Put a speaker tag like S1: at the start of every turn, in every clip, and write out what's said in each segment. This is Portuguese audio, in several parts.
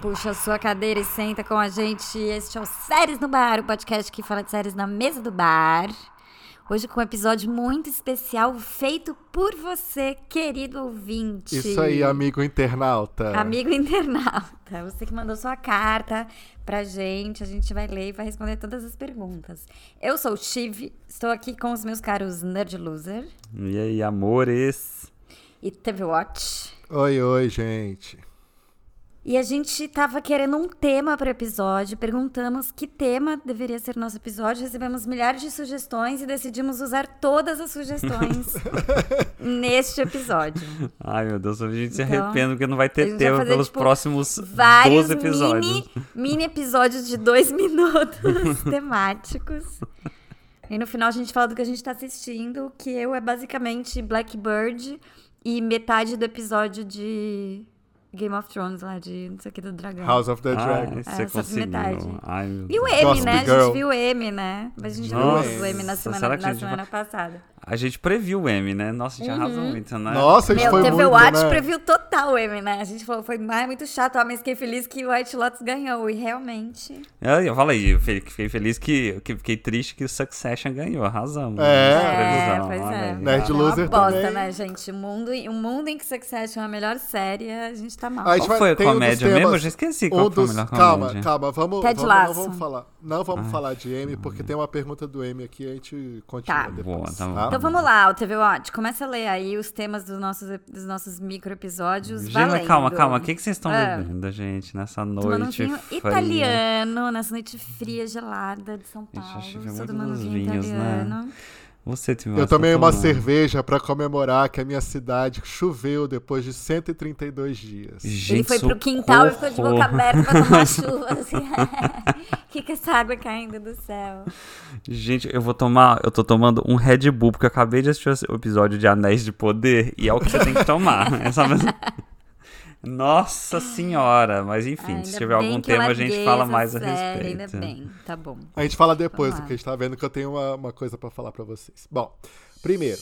S1: Puxa a sua cadeira e senta com a gente. Este é o Séries no Bar, o podcast que fala de séries na mesa do bar. Hoje com um episódio muito especial feito por você, querido ouvinte.
S2: Isso aí, amigo internauta.
S1: Amigo internauta, você que mandou sua carta pra gente, a gente vai ler e vai responder todas as perguntas. Eu sou o Chive, estou aqui com os meus caros Nerd Loser
S3: E aí, amores?
S1: e TV Watch.
S2: Oi, oi, gente.
S1: E a gente tava querendo um tema para o episódio, perguntamos que tema deveria ser nosso episódio, recebemos milhares de sugestões e decidimos usar todas as sugestões neste episódio.
S3: Ai, meu Deus, a gente se
S1: Então,
S3: arrepende porque não vai
S1: a
S3: ter
S1: gente vai
S3: tempo
S1: fazer,
S3: pelos
S1: tipo,
S3: próximos 12
S1: Vários
S3: episódios.
S1: mini, mini episódios de dois minutos temáticos. E no final a gente fala do que a gente tá assistindo, que eu é basicamente Blackbird e metade do episódio de Game of Thrones lá, de não sei o que, do dragão.
S2: House of the Dragon.
S3: Ai,
S1: É,
S3: você
S1: só
S3: conseguiu.
S1: metade.
S3: Ai, meu
S1: E o
S3: Deus.
S1: M,
S2: Gossip
S1: né? A
S2: Girl.
S1: gente viu o M, né? Mas a gente não
S3: Nossa,
S1: viu o M na semana,
S3: será que a
S1: na
S3: gente vai-
S1: semana passada.
S3: A gente previu o M, né? Nossa,
S1: Uhum.
S3: a gente arrasou muito, né?
S2: Nossa, a gente
S1: Meu,
S2: foi
S1: TV
S2: muito,
S1: Watch
S2: né?
S1: previu total o M, né? A gente falou, foi ah, é muito chato, ah, mas fiquei feliz que o White Lotus ganhou. E realmente.
S3: Eu, eu falei, eu fe- fiquei feliz que, que. Fiquei triste que o Succession ganhou, arrasamos.
S2: É. Né,
S3: né?
S1: É,
S3: Previsão,
S1: pois
S3: olha
S1: é.
S3: aí.
S2: Nerd
S1: é uma
S2: Loser
S1: bosta,
S2: também.
S1: né, gente? O mundo, o mundo em que Succession é a melhor série, a gente tá mal.
S2: A gente
S3: Qual foi a
S2: tem um dos
S3: comédia
S2: temas-
S3: mesmo? Eu já esqueci qual
S2: um
S3: foi a
S2: dos-
S3: melhor
S2: Calma,
S3: comédia. Ah.
S2: calma, vamos,
S1: Ted
S2: vamos, não
S1: Lasso.
S2: vamos falar. Não vamos falar de M, porque tem uma pergunta do M aqui, a gente continua
S1: Tá.
S2: depois.
S3: Hum. Boa, tá bom.
S2: tá?
S1: Então vamos lá, o TV Watch, começa a ler aí os temas dos nossos, dos nossos micro-episódios.
S3: Gina, calma,
S1: valendo.
S3: calma. O que, que vocês estão
S1: Ah.
S3: bebendo, gente, nessa
S1: Tomando um
S3: noite?
S1: vinho
S3: fria?
S1: italiano, nessa noite fria, gelada de São Paulo.
S3: acho que é
S1: Estou
S3: muito
S1: tomando
S3: dos
S1: vinho
S3: vinhos, né?
S1: italiano.
S3: Você te é.
S2: Eu tomei uma cerveja pra comemorar que a minha cidade choveu depois de 132 dias.
S3: Gente,
S1: Ele foi pro quintal e ficou de boca
S3: socorro.
S1: aberta pra tomar chuva. Assim. Fica essa água caindo do céu.
S3: Gente, eu vou tomar. Eu tô tomando um Red Bull, porque eu acabei de assistir o episódio de Anéis de Poder e é o que você tem que tomar. É só mesmo- Nossa senhora! Mas enfim,
S1: Ainda
S3: se tiver
S1: bem
S3: algum
S1: que eu
S3: tema, a gente
S1: larguei
S3: fala
S1: essa
S3: mais a
S1: série,
S3: respeito.
S1: Ainda bem, tá bom.
S2: A gente fala depois,
S1: Vamos lá.
S2: porque a gente tá vendo que eu tenho uma, uma coisa pra falar pra vocês. Bom, primeiro.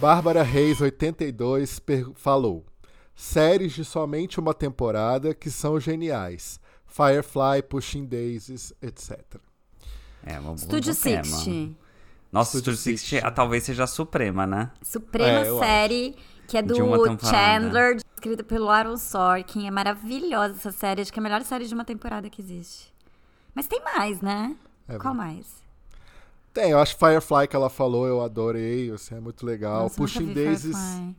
S2: Bárbara Reis, 82, per- falou: Séries de somente uma temporada que são geniais. Firefly, Pushing Daisies, etc.
S3: É, uma boa
S1: Studio
S3: tema.
S1: Sixty.
S3: Nossa,
S2: Studio
S3: Studio Sixty ah, talvez seja a suprema, né?
S1: Suprema
S2: É, eu
S1: série, que é do
S3: De uma temporada.
S1: Chandler, escrita pelo Aaron Sorkin. É maravilhosa essa série. Acho que é a melhor série de uma temporada que existe. Mas tem mais, né?
S2: É
S1: Qual mais?
S2: Tem, eu acho Firefly que ela falou, eu adorei, assim, é muito legal.
S1: Nossa, nunca
S2: Pushing
S1: vi
S2: Daisies.
S1: Firefly.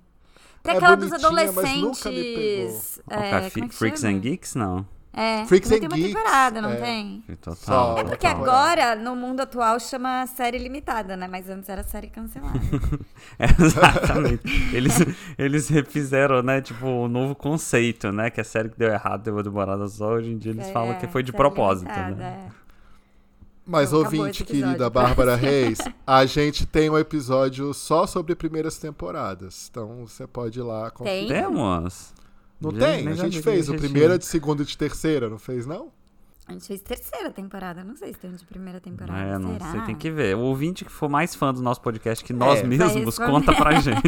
S1: Tem
S2: é
S1: aquela dos
S2: bonitinha, mas
S1: adolescentes.
S2: nunca me pegou.
S1: é,
S3: Opa,
S1: como é
S3: Fi-
S1: que
S3: Ah, tá, Freaks
S1: chama?
S3: and Geeks, não.
S1: É,
S2: Freaks
S1: também tem
S2: and
S1: uma
S2: Geeks,
S1: temporada, não
S2: é.
S1: tem?
S3: Total.
S2: Só-
S1: É porque
S2: Total.
S1: agora, no mundo atual, chama série limitada, né? Mas antes era série cancelada.
S3: É, Exatamente. Eles, eles refizeram, né? Tipo, um novo conceito, né? Que a série que deu errado, deu uma temporada só. Hoje em dia eles falam que foi
S1: É,
S3: de
S1: série
S3: propósito, né?
S1: limitada, é.
S2: Mas,
S1: Então, acabou
S2: ouvinte,
S1: esse episódio.
S2: querida Bárbara Reis, a gente tem um episódio só sobre primeiras temporadas. Então você pode ir lá conferir.
S1: Tem?
S3: Temos.
S2: Não
S3: Já-
S2: tem?
S3: nem
S2: A
S3: já
S2: gente
S3: vi que
S2: fez
S3: a
S2: o
S3: gente
S2: primeiro,
S3: tinha.
S2: de segunda e de terceira, não fez, não?
S1: A gente fez terceira temporada, não sei se tem um de primeira temporada.
S3: É, não
S1: será?
S3: sei, tem que ver. O ouvinte que for mais fã do nosso podcast que nós
S2: É. vai
S3: mesmos,
S1: responder.
S3: conta pra gente.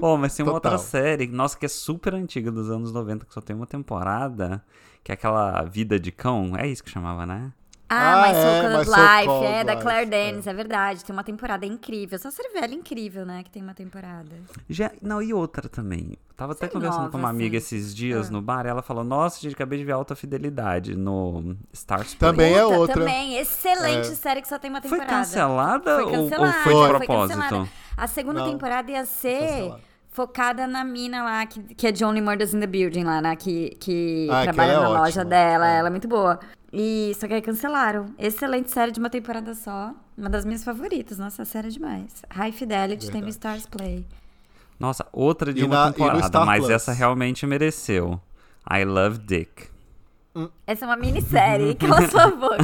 S3: oh, mas tem uma
S2: Total.
S3: outra série, nossa, que é super antiga, dos anos 90, que só tem uma temporada, que é aquela Vida de Cão, é isso que chamava, né?
S1: Ah,
S2: Ah,
S1: mas
S2: é,
S1: Soul
S2: My
S1: Cold
S2: So
S1: Life,
S2: Cold
S1: é, da
S2: Life,
S1: Claire Danes, é. verdade. Tem uma temporada incrível. Só série velha incrível, né? Que tem uma temporada.
S3: Já, não, e outra também. Eu Tava até
S1: Série
S3: conversando com uma
S1: nova,
S3: amiga
S1: assim.
S3: esses dias no bar, e ela falou, nossa, gente, acabei de ver Alta Fidelidade no Stars Play.
S2: Também é
S1: Puta,
S2: outra.
S1: Também, excelente
S2: É.
S1: série que só tem uma
S3: Foi
S1: temporada.
S3: cancelada,
S1: Foi
S3: ou-
S1: cancelada,
S3: ou foi de propósito?
S1: cancelada. A segunda
S2: Não,
S1: temporada ia ser
S2: cancelada.
S1: focada na mina lá, que, que é de Only Murders in the Building lá, né? Que, que
S2: Ah,
S1: trabalha
S2: aquela é
S1: na loja
S2: ótima.
S1: dela,
S2: É.
S1: ela é muito boa. E só que aí cancelaram. Excelente série de uma temporada só. Uma das minhas favoritas. Nossa, a série é demais. High Fidelity tem no
S2: Verdade.
S1: Stars Play.
S3: Nossa, outra de
S2: E
S3: uma
S2: na- e no
S3: temporada,
S2: Star
S3: mas
S2: Plus.
S3: essa realmente mereceu. I Love Dick.
S1: Essa é uma minissérie, cala sua boca.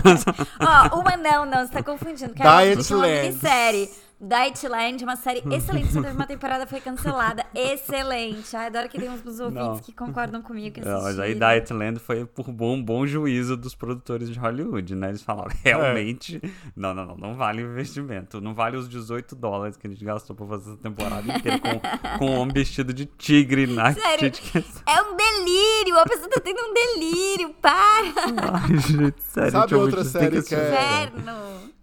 S1: Ó, uma não, não, você tá confundindo. Cara,
S2: Diet
S1: existe uma
S2: Lands.
S1: minissérie Deitland, uma série excelente, só teve uma temporada, foi cancelada. Excelente. Ai, adoro que tem uns uns ouvintes
S3: Não.
S1: que concordam comigo. Que né?
S3: Não, É, mas aí
S1: assistiram.
S3: Dietland foi por bom, bom juízo dos produtores de Hollywood, né? Eles falaram, realmente, não, não, não, não vale o investimento. Não vale os 18 dólares que a gente gastou pra fazer essa temporada inteira com, com um homem vestido de tigre né? na
S1: Sério?
S3: Titicaca.
S1: É um delírio, a pessoa tá tendo um delírio, para!
S3: Ai, gente,
S2: Sabe
S3: sério. gente, eu vou
S2: outra
S3: dizer
S2: série
S3: que esse-
S2: que é-
S1: Inferno!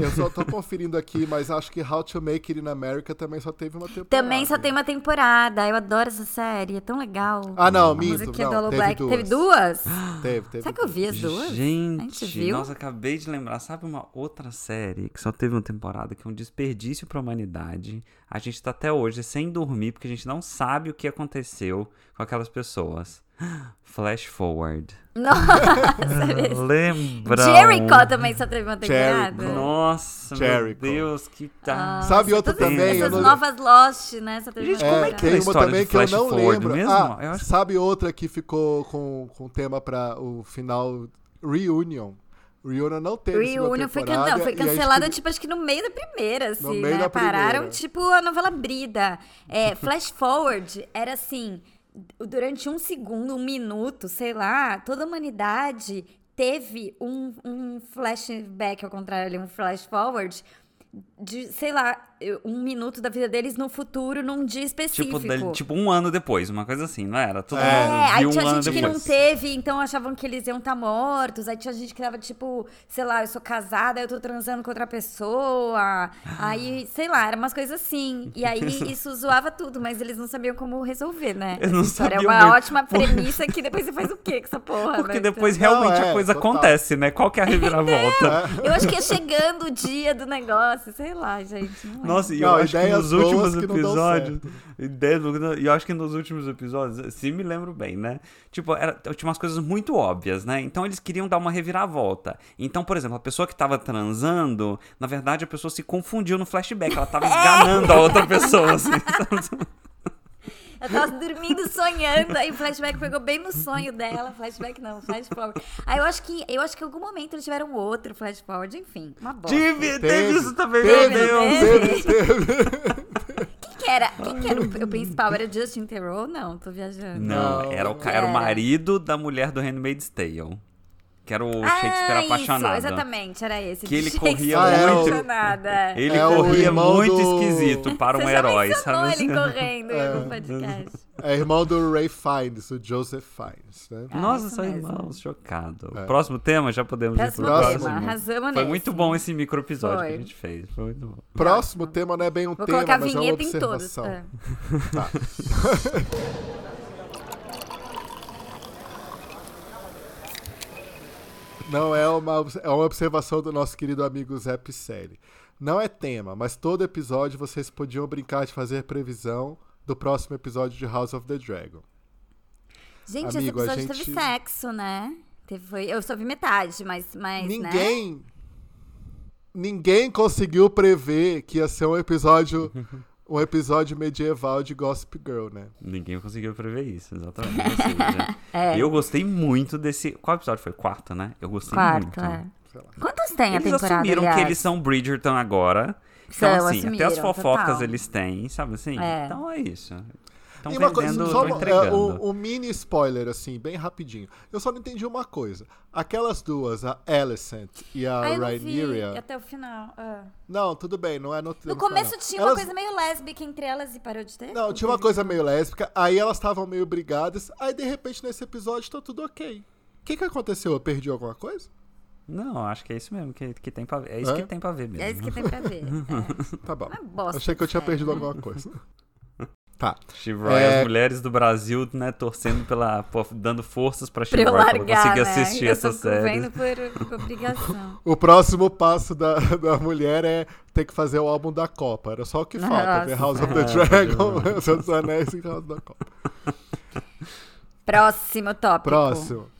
S2: Eu só tô conferindo aqui, mas acho que How to Make It in America também só teve uma temporada.
S1: Também só tem uma temporada, eu adoro essa série, é tão legal.
S2: Ah, não,
S1: a
S2: minto.
S1: musiquinha
S2: Não,
S1: do Allo
S2: teve,
S1: Black.
S2: duas.
S1: Teve duas?
S2: Teve, teve
S1: Será que eu vi as duas?
S3: Gente,
S1: gente viu?
S3: nossa, acabei de lembrar. Sabe uma outra série que só teve uma temporada, que é um desperdício pra humanidade? A gente tá até hoje sem dormir, porque a gente não sabe o que aconteceu com aquelas pessoas. Flash Forward.
S1: Nossa,
S3: Lembra?
S2: um.
S1: Jericho também só teve uma temporada.
S2: Jericho.
S3: Nossa,
S2: Jericho.
S3: meu Deus, que tá.
S1: Nossa,
S2: Sabe outra
S1: todas
S3: também, eu
S1: Essas
S3: não-
S1: novas Lost, né? Só teve
S3: Gente,
S1: uma
S3: como é
S2: É,
S3: que
S1: temporada.
S2: tem
S3: era a
S2: uma
S3: história
S2: também
S3: de
S2: que eu
S3: Flash
S2: não
S3: Forward
S2: lembro.
S3: mesmo?
S2: Ah,
S3: Eu acho-
S2: Sabe outra que ficou com, com tema pra o final Reunion? Reunion não teve
S1: Reunion
S2: segunda
S1: foi, can-
S2: temporada.
S1: não, foi
S2: e aí
S1: cancelada,
S2: escrevi-
S1: tipo, acho que no meio da primeira, assim,
S2: No meio
S1: né?
S2: da primeira.
S1: Pararam, tipo, a novela Brida. É, Flash Forward era assim, durante um segundo, um minuto, sei lá, toda a humanidade teve um, um flashback, ao contrário ali, um flash forward de, sei lá, um minuto da vida deles no futuro, num dia específico.
S3: Tipo, dali- tipo, um ano depois, uma coisa assim, não era? Todo mundo
S1: É, aí
S3: viu
S1: tinha
S3: um ano
S1: gente que não
S3: depois.
S1: teve, então achavam que eles iam estar mortos. Aí tinha gente que tava tipo, sei lá, eu sou casada, eu tô transando com outra pessoa. Aí, sei lá, eram umas coisas assim. E aí isso zoava tudo, mas eles não sabiam como resolver, né?
S3: Eu não
S1: Essa história
S3: sabia
S1: é uma
S3: muito.
S1: ótima premissa que depois você faz o quê com essa porra?
S3: Porque
S1: né?
S3: depois
S2: Não,
S3: realmente
S2: é,
S3: a coisa
S2: total.
S3: acontece, né? Qual que é a reviravolta?
S1: Então, eu acho que é chegando o dia do negócio, sei lá, gente. Não é.
S3: Nossa, e
S2: Não,
S3: eu acho que
S2: ideias
S3: nos
S2: boas
S3: últimos
S2: que não dão
S3: episódios. ideias boas- E eu acho que nos últimos episódios, se me lembro bem, né? Tipo, era, tinha umas coisas muito óbvias, né? Então eles queriam dar uma reviravolta. Então, por exemplo, a pessoa que tava transando, na verdade a pessoa se confundiu no flashback. Ela tava enganando a outra pessoa, assim.
S1: Ela tava dormindo, sonhando, aí o flashback pegou bem no sonho dela. Flashback não, flash forward. Aí eu acho que eu acho que em algum momento eles tiveram outro flash forward, enfim, uma bosta.
S3: Tive, teve
S2: Teve,
S3: isso também,
S1: teve,
S3: meu
S1: teve.
S3: Deus.
S2: Teve, teve.
S1: Quem que era? Quem que era o, o principal? Era Justin Theroux? Não, tô viajando.
S3: Não, era o, ca- era o
S1: Era.
S3: marido da mulher do Handmaid's Tale. Que era o Shakespeare
S1: Ah,
S3: apaixonado.
S1: isso, exatamente, era esse.
S3: Que ele
S1: Shakespeare
S3: corria
S2: muito.
S1: apaixonada.
S3: Ele
S2: É o
S3: corria
S2: irmão
S3: muito
S2: do-
S3: esquisito para um
S1: Você já
S3: herói,
S1: mencionou
S3: sabe? assim?
S1: ele correndo em algum podcast.
S2: É irmão do Ray Fiennes, o Joseph Fiennes, né?
S1: Ah,
S3: Nossa,
S1: isso
S3: são
S1: mesmo.
S3: irmãos, chocado.
S2: É.
S3: Próximo tema, já podemos
S1: Próximo
S3: ir pro
S2: Próximo.
S1: tema, arrasamos
S3: Foi
S1: nesse.
S3: muito bom esse micro episódio que
S1: Foi.
S3: a gente fez. Foi muito bom.
S2: Próximo tema não é bem um
S1: Vou
S2: tema,
S1: colocar
S2: mas é uma
S1: vinheta em todos.
S2: observação.
S1: É.
S2: Não é uma, é uma observação do nosso querido amigo Zé Picelli. Não é tema, mas todo episódio vocês podiam brincar de fazer previsão do próximo episódio de House of the Dragon.
S1: Gente,
S2: Amigo, a
S1: esse episódio
S2: gente-
S1: teve sexo, né? Teve, foi, eu só vi metade, mas. mas Né?
S2: ninguém. Ninguém conseguiu prever que ia ser um episódio. Um episódio medieval de Gossip Girl, né?
S3: Ninguém conseguiu prever isso, exatamente. Ou seja,
S1: É.
S3: Eu gostei muito desse. Qual episódio foi? Quarto, né? Eu gostei muito.
S1: Quarto, é. Quantos tem
S3: Eles
S1: a temporada?
S3: assumiram
S1: aliás?
S3: que eles são Bridgerton agora.
S1: São,
S3: Então, assim, até as
S1: assumiram,
S3: fofocas
S1: total.
S3: eles têm, sabe assim?
S1: É.
S3: Então é isso. Estão
S2: E
S3: vendendo, estão
S2: uma-
S3: entregando.
S2: é, o, o mini spoiler, assim, bem rapidinho. Eu só não entendi uma coisa. Aquelas duas, a Alicent e a
S1: Ah, eu não vi
S2: Rhaenyra.
S1: até o final. ah.
S2: Não, tudo bem, não é no
S1: No
S2: não foi,
S1: começo
S2: não.
S1: tinha uma
S2: Elas-
S1: coisa meio lésbica entre elas e parou de ter?
S2: Não, tinha uma coisa meio lésbica, aí elas estavam meio brigadas, aí de repente nesse episódio tá tudo ok. O que que aconteceu? Eu perdi alguma coisa?
S3: Não, acho que é isso mesmo que, que tem pra ver. É isso
S2: Hã?
S3: que tem pra ver mesmo.
S1: É isso que tem pra ver. É.
S2: Tá bom.
S1: Uma bosta.
S2: Achei que eu tinha
S1: sério.
S2: perdido alguma coisa. Tá.
S3: Chivroy,
S2: É.
S3: as mulheres do Brasil, né, torcendo pela. pô, dando forças
S1: Pra
S3: pra Chivroy
S1: eu
S3: pra ela
S1: largar,
S3: conseguir
S1: né?
S3: assistir
S1: eu
S3: essa
S1: tô
S3: série.
S1: vendo por, por obrigação.
S2: O próximo passo da, da mulher é ter que fazer o álbum da Copa. Era só o que falta. The
S1: Nossa. Tá
S2: House of the Dragon, Senhor dos Anéis e House da Copa.
S1: Próximo tópico.
S2: Próximo.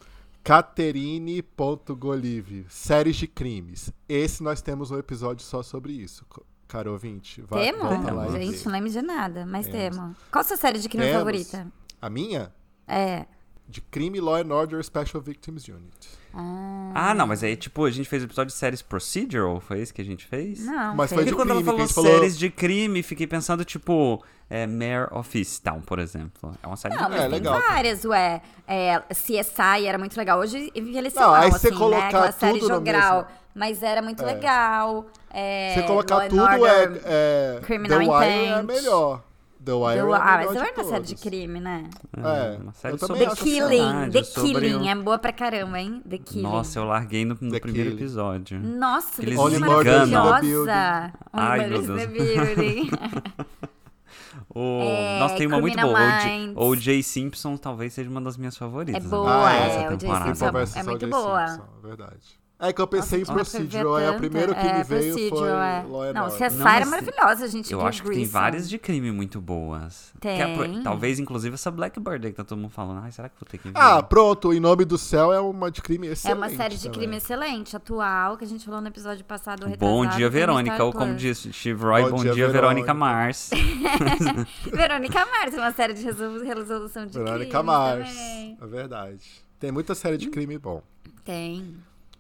S2: Caterine.golive. Séries de crimes. Esse nós temos um episódio só sobre isso, co- caro ouvinte. Vai,
S1: Temo?
S2: volta lá e
S1: Gente,
S2: vê.
S1: não lembro de nada, mas
S2: Temos.
S1: temo. Qual a sua série de crime
S2: Temos.
S1: favorita?
S2: A minha?
S1: É.
S2: de crime Law and Order Special Victims Unit.
S3: Ah,
S1: é.
S3: não, mas aí, tipo, a gente fez o episódio de séries procedural, foi isso que a gente fez?
S1: Não,
S2: Mas
S1: sei.
S2: foi
S3: Porque
S2: de
S3: quando ela
S2: crime que a
S3: falou
S2: gente falou-
S3: séries de crime, fiquei pensando, tipo, é, Mare of Easttown, por exemplo. É uma série de
S1: Não, mas
S3: crime.
S2: É,
S1: tem
S2: legal.
S1: várias, ué. É, CSI era muito legal. Hoje envelheceu
S2: Não,
S1: mal,
S2: aí você
S1: assim,
S2: colocar
S1: né? Aquela série
S2: tudo no
S1: jogral.
S2: mesmo-
S1: Mas era muito
S2: É.
S1: legal. É,
S2: Você
S1: Law
S2: colocar
S1: and
S2: tudo é,
S1: Order,
S2: é.
S1: Criminal
S2: The Wire é
S1: Intent.
S2: melhor. The Wire
S1: do- Ah,
S2: é a
S1: mas
S2: melhor
S1: não é uma série de
S2: todas.
S1: crime, né?
S2: É,
S3: uma
S2: eu também
S3: série sobre
S1: The
S2: acho que
S1: Killing.
S3: sociedade,
S1: The
S3: sobre
S1: Killing.
S3: o-
S1: É boa pra caramba, hein? The Killing. Hum.
S3: Nossa, eu larguei no, no
S2: The
S3: primeiro
S2: Killing.
S3: episódio.
S1: Nossa,
S3: Aqueles
S1: que coisa
S3: enganam.
S1: maravilhosa.
S3: Ai, meu
S1: Only Murders in the Building.
S3: O...
S1: É,
S3: Nossa, tem uma muito
S1: Criminal
S3: boa.
S1: Minds.
S3: O Jay Simpson talvez seja uma das minhas
S1: É
S3: favoritas. né?
S1: boa,
S2: Ah, é,
S1: é.
S2: essa
S1: O Jay
S3: temporada.
S1: Simpson
S2: Conversas
S1: é
S2: ao
S1: muito
S2: Jay
S1: boa.
S2: Simpson, é verdade. É que eu pensei em
S1: Nossa,
S2: Procedural, é o
S1: tanta.
S2: primeiro que me
S1: É,
S2: veio foi
S1: Procedural, é.
S2: Law and
S1: Não,
S2: Order.
S1: CSI
S3: Não,
S1: era
S3: mas
S1: maravilhosa, gente.
S3: Eu
S1: Bill
S3: acho que tem
S1: Grissom.
S3: várias de crime muito boas. Que é a pro-
S1: Tipo Tem.
S3: Talvez, inclusive, essa Black Bird aí que tá todo mundo falando. Ai, será que vou ter que ver?
S2: Ah, pronto, Em Nome do Céu é uma de crime
S1: É
S2: excelente.
S1: uma série de
S2: também.
S1: crime excelente, atual, que a gente falou no episódio passado.
S3: Bom
S1: retrasado,
S3: dia,
S1: tem no
S3: Verônica.
S1: Star
S3: Ou como
S1: Plus.
S3: diz Chivroy, bom,
S2: Bom dia,
S3: dia,
S2: Verônica.
S3: Verônica Mars.
S1: Verônica Mars, é uma série de resolu- resolução de
S2: Verônica
S1: crimes
S2: Mars.
S1: também. Hum?
S2: É verdade. Tem muita série de crime bom.
S1: Tem.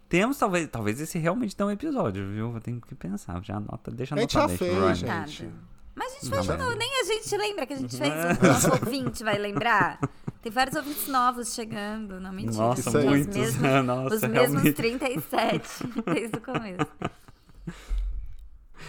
S3: Temos, talvez, talvez esse realmente dá um episódio, viu? Vou ter que pensar. Já anota, deixa
S2: A gente
S3: anotado
S2: já
S3: aí,
S2: fez,
S3: Chivroy.
S2: gente.
S1: Nada. Mas a gente faz de
S3: mas-
S1: novo, nem a gente lembra que a
S2: Uhum.
S1: gente fez,
S2: É.
S1: o nosso ouvinte vai lembrar. Tem vários ouvintes novos chegando, não mentira.
S3: Nossa,
S2: Isso aí.
S1: Tem os
S3: muitos.
S1: mesmos-
S3: Nossa,
S1: Os mesmos
S3: realmente.
S1: 37 desde o começo.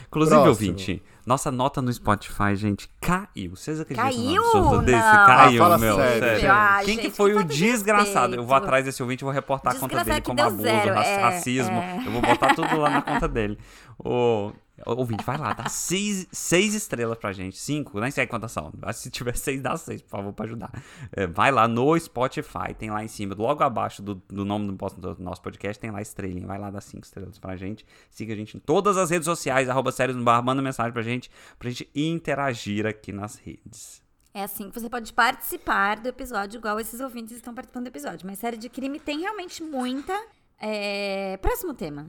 S3: Inclusive,
S2: Próximo.
S3: ouvinte, nossa nota no Spotify, gente, caiu. Vocês acreditam
S1: Caiu?
S3: no absurdo desse?
S1: Não.
S3: Caiu,
S2: Ah, fala
S3: meu.
S2: sério, gente.
S1: Ah,
S3: Quem que
S1: gente,
S3: foi
S1: que
S3: o
S1: falta de
S3: desgraçado?
S1: respeito.
S3: Eu vou atrás desse ouvinte, vou reportar a conta
S1: Desgraçado
S3: dele
S1: que
S3: como
S1: deu
S3: abuso,
S1: zero,
S3: raci-
S1: é,
S3: racismo.
S1: é.
S3: Eu vou botar tudo lá na conta dele. Ô, ouvinte, vai lá, dá seis, seis estrelas pra gente. Cinco, nem sei quantas são. Mas se tiver seis, dá seis, por favor, pra ajudar. É, vai lá no Spotify, tem lá em cima, logo abaixo do, do nome do, pos- do nosso podcast, tem lá estrelinha. Vai lá, dá cinco estrelas pra gente. Siga a gente em todas as redes sociais, arroba sérios no bar, manda mensagem pra gente, pra gente interagir aqui nas redes.
S1: É assim que você pode participar do episódio, igual esses ouvintes estão participando do episódio. Mas série de crime tem realmente muita. É, Próximo tema.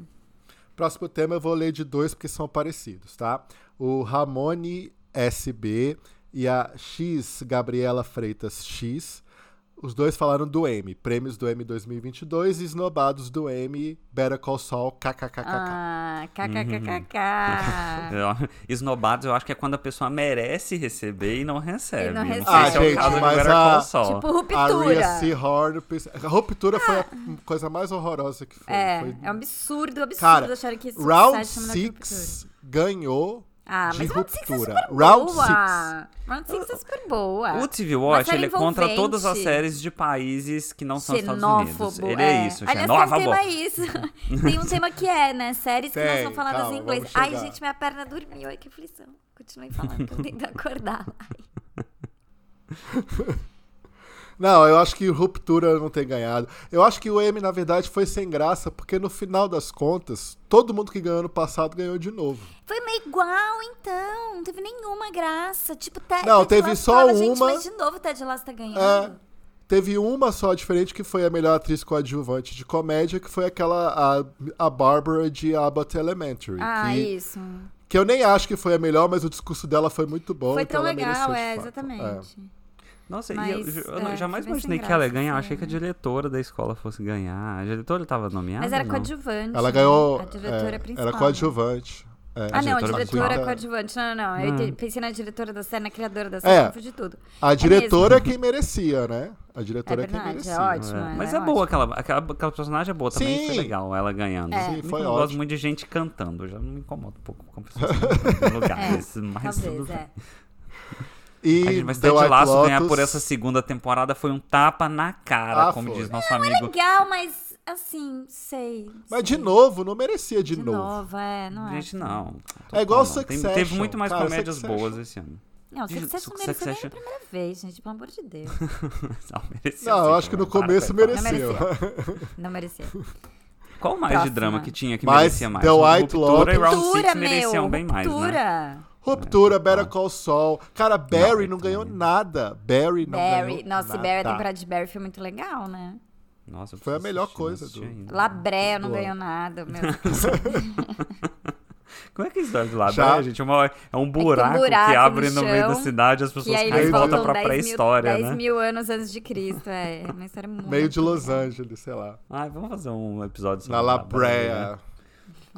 S2: Próximo tema eu vou ler de dois porque são parecidos, tá? O Ramone SB e a X Gabriela Freitas X. Os dois falaram do M, prêmios do M 2022 e esnobados do M Better Call Saul kkkk.
S1: Ah,
S2: Uhum.
S1: kkkk.
S3: Eu- Esnobados, eu acho que é quando a pessoa merece receber e não recebe.
S1: E não
S3: sei
S1: recebe.
S3: se
S1: Ah,
S3: é o
S1: gente,
S3: caso do
S2: mas
S3: Better
S2: a-
S3: Call Saul.
S1: tipo
S2: A
S1: ruptura. Ah.
S2: Rhea Seahorn. A ruptura foi a coisa mais horrorosa que foi.
S1: É,
S2: Foi-
S1: é um absurdo, absurdo
S2: Cara,
S1: acharem que isso site
S2: Round
S1: chama Melhor que Ruptura.
S2: 6 ganhou
S1: Ah,
S2: de
S1: mas Round Six é
S2: ruptura.
S1: super
S2: Round Six.
S1: boa. Round Six é super boa.
S3: O TV
S1: Uma
S3: Watch,
S1: série
S3: ele é contra
S1: envolvente.
S3: todas as séries de países que não são Estados Unidos.
S1: Xenófobo.
S3: Ele é, isso,
S1: Aliás,
S3: xenófobo.
S1: tem um tema isso. tem um tema que é, né? Séries que não
S2: Tem,
S1: são faladas
S2: calma,
S1: em inglês.
S2: vamos
S1: Ai,
S2: chegar.
S1: gente, minha perna dormiu. Ai, que aflição. Continuem falando, tô tentando acordar. Ai.
S2: Não, eu acho que Ruptura não tem ganhado. Eu acho que o M, na verdade, foi sem graça, porque no final das contas, todo mundo que ganhou ano passado ganhou de novo.
S1: Foi meio igual, então. Não teve nenhuma graça. Tipo, tá,
S2: Não,
S1: Ted
S2: teve
S1: Lasso
S2: só
S1: fala, Gente,
S2: uma.
S1: mas de novo o Ted Lasso tá
S2: É,
S1: ganhando.
S2: teve uma só diferente, que foi a melhor atriz coadjuvante de comédia, que foi aquela, a, a Barbara de Abbott Elementary.
S1: Ah,
S2: que,
S1: isso.
S2: que eu nem acho que foi a melhor, mas o discurso dela foi muito bom.
S1: Foi
S2: então
S1: tão
S2: ela mereceu,
S1: legal,
S2: de
S1: é,
S2: fato. é.
S1: exatamente.
S3: Nossa, e eu,
S1: Mas,
S3: ju- eu não-
S1: é,
S3: jamais
S1: foi bem
S3: imaginei
S1: sem
S3: que ela ia
S1: graça,
S3: ganhar. Eu
S1: assim,
S3: achei que a
S1: né?
S3: diretora da escola fosse ganhar. A diretora tava nomeada?
S1: Mas era
S3: não?
S1: coadjuvante.
S2: É.
S1: né?
S2: Ela ganhou.
S1: A diretora
S2: é,
S1: principal.
S2: era coadjuvante. É.
S1: Ah, não, a
S3: diretora
S1: diretora
S2: principal. Hum.
S1: coadjuvante. Não, não, não. Eu te- pensei na diretora da série, na criadora da
S2: É.
S1: série, confundi tudo.
S2: A diretora é quem merecia, né? A diretora é,
S1: É
S2: quem
S1: verdade,
S2: merecia.
S1: é ótimo.
S3: É, Mas é,
S1: ela
S3: boa,
S1: ótima.
S3: aquela, aquela, aquela personagem é boa também, foi
S2: Sim.
S3: legal ela ganhando.
S1: É.
S2: Sim, foi
S3: eu gosto
S2: ótimo.
S3: muito de gente cantando, eu já me incomodo um pouco com pessoas cantando no lugar, mas- mas tudo
S1: É, Talvez,
S3: bem.
S1: é.
S2: E
S3: A gente vai
S2: The
S3: sair de
S2: White
S3: laço ganhar
S2: Lotus-
S3: por essa segunda temporada foi um tapa na cara,
S2: Ah,
S3: como
S2: foi.
S3: diz nosso
S1: é
S3: amigo.
S1: Legal, mas assim, sei.
S2: Mas
S1: sei.
S2: de novo, não merecia de,
S1: De
S2: novo.
S1: novo, é, não é.
S3: Gente, não.
S2: É igual
S3: Não, tem-
S2: Succession,
S3: Teve muito mais
S2: cara,
S3: comédias
S2: Succession.
S3: boas esse ano.
S1: Não,
S3: de-
S1: Succession
S3: Succession-
S1: mereceu nem a primeira vez, gente, pelo amor de Deus.
S3: Não, merecia
S2: Não,
S3: sim,
S2: eu acho que no
S3: cara, para,
S2: começo
S3: para, para.
S1: Não
S2: mereceu.
S1: Não merecia.
S3: Qual mais de
S1: Próxima.
S3: drama que tinha que
S2: Mas
S3: merecia mais?
S2: The White
S3: Ruptura e Round
S1: Ruptura,
S3: Six
S1: meu!
S3: mereciam bem mais, né?
S1: Ruptura!
S2: Ruptura, Better Call Saul. Cara, Barry não,
S3: eu
S2: ganhou
S3: também.
S2: nada. Barry não Ah, tá.
S1: Barry.
S2: ganhou
S1: Nossa, e
S2: nada.
S1: Barry, é a temporada de Barry foi muito legal, né?
S3: Nossa, eu
S2: Foi a
S3: preciso
S2: melhor
S3: assistir, não
S2: coisa
S3: assisti
S2: do-
S3: ainda.
S1: Labré não
S2: Boa.
S1: ganhou nada, meu.
S3: Como é que é a história do lago?
S2: Já.
S3: É, gente, é, uma- é um buraco,
S1: buraco
S3: que abre
S1: no
S3: no, meio da
S1: chão,
S3: cidade, as pessoas
S1: Que aí
S3: caem e
S1: eles
S3: volta
S1: voltam
S3: pra
S1: 10 mil,
S3: pré-história,
S1: 10
S3: né?
S1: mil anos antes de Cristo, é. É uma história muito.
S2: Meio de Los Angeles, sei lá.
S3: Ai, vamos fazer um episódio sobre
S2: Na La
S3: La Brea, né?
S2: Brea.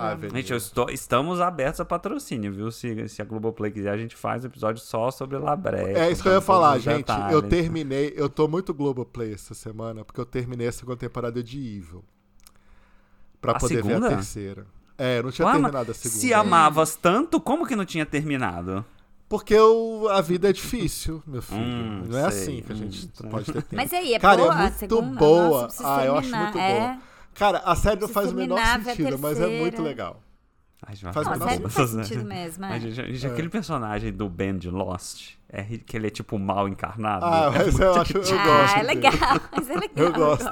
S2: Ah, Avenue.
S3: Gente, eu estou- estamos abertos a patrocínio, viu? Se, se a Globoplay quiser, a gente faz episódio só sobre La Brea.
S2: É isso que eu ia falar,
S3: contando todos os
S2: gente. Eu
S3: detalhes.
S2: terminei, eu tô muito Globoplay essa semana, porque eu terminei a segunda temporada de Evil. Pra
S3: A
S2: poder ver
S3: segunda?
S2: a terceira. É, eu não tinha
S3: Ué, Ah, mas
S2: terminado a segunda.
S3: Se amavas tanto, como que não tinha terminado?
S2: Porque o- a vida é difícil, meu filho.
S3: Hum,
S2: não é
S3: sei.
S2: assim que a gente
S3: Hum.
S2: pode ter tempo.
S1: Mas aí, é
S2: Cara, é
S1: boa a
S2: muito
S1: segunda?
S2: boa.
S1: Nossa, preciso
S2: Ah, eu acho
S1: terminar.
S2: muito
S1: é.
S2: Cara, a série não
S1: Preciso
S2: faz o menor
S1: terminar, ver a
S2: sentido, mas é muito
S1: terceira.
S2: legal.
S3: Ai, gente, vai
S2: Faz
S1: Não, a
S2: menor
S3: falar
S1: série não faz
S3: dessas, né?
S1: sentido mesmo, é.
S3: Ai, gente, gente, Aquele personagem do Ben de Lost, é, ri- que ele é tipo mal encarnado.
S2: Ah,
S3: é
S2: mas
S3: muito
S2: eu acho, eu
S3: ridículo.
S2: gosto.
S1: Ah, é
S2: dele.
S1: legal, mas é legal.
S2: Eu gosto.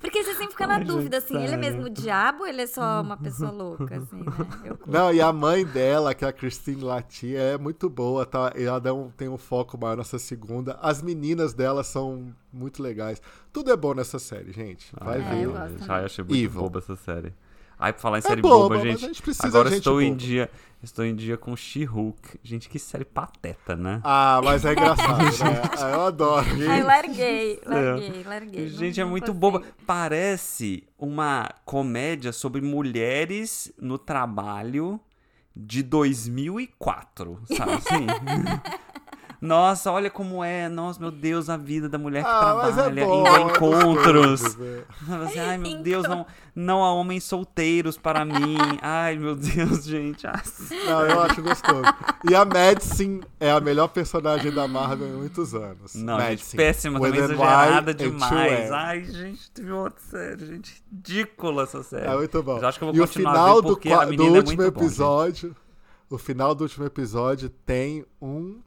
S1: Porque você sempre fica na
S3: Ai,
S1: dúvida, assim, ele é
S3: sério.
S1: mesmo o diabo ou ele é só uma pessoa louca, assim, né? Eu curto.
S2: Não, e a mãe dela, que é a Christine Latia, é muito boa, tá? Ela dá um- tem um foco maior nessa segunda. As meninas dela são muito legais. Tudo é bom nessa série, gente. Vai
S3: Ai,
S1: É, eu
S2: ver.
S1: gosto
S3: gente,
S1: também.
S3: Ai, achei muito
S2: Evil. É
S3: boba essa série. Ai, pra falar em série
S2: boba,
S3: boba,
S2: mas a
S3: gente.
S2: gente precisa
S3: agora
S2: de gente
S3: estou em
S2: boba.
S3: dia. Estou em dia com She-Hulk. Gente, que série pateta, né?
S2: Ah, mas é engraçado, né? Ah, Eu adoro.
S1: Aí larguei, larguei, larguei. não-
S3: É. Gente, é
S1: não
S3: muito
S1: gostei.
S3: boba. Parece uma comédia sobre mulheres no trabalho de 2004, sabe assim? Nossa, olha como é. Nossa, meu Deus, a vida da mulher que
S2: Ah, mas é
S3: trabalha
S2: bom.
S3: indo a
S2: é
S3: encontros.
S2: gostoso, né?
S3: Sabe assim, Ai, meu Deus, não, não há homens solteiros para mim. Ai, meu Deus, gente. ah. Ai,
S2: Não, eu acho gostoso. E a Madison é a melhor personagem da Marvel em muitos anos.
S3: Não, gente,
S2: Madison.
S3: péssima
S2: With
S3: também,
S2: an Y
S3: exagerada
S2: and two
S3: demais.
S2: N.
S3: Ai, gente, teve outra série, gente. Ridícula essa série.
S2: É muito bom.
S3: Mas acho que eu vou
S2: e o
S3: continuar
S2: final
S3: vendo
S2: do,
S3: porque
S2: qua-
S3: a
S2: do
S3: menina é
S2: último
S3: muito bom,
S2: episódio. o final do último episódio tem um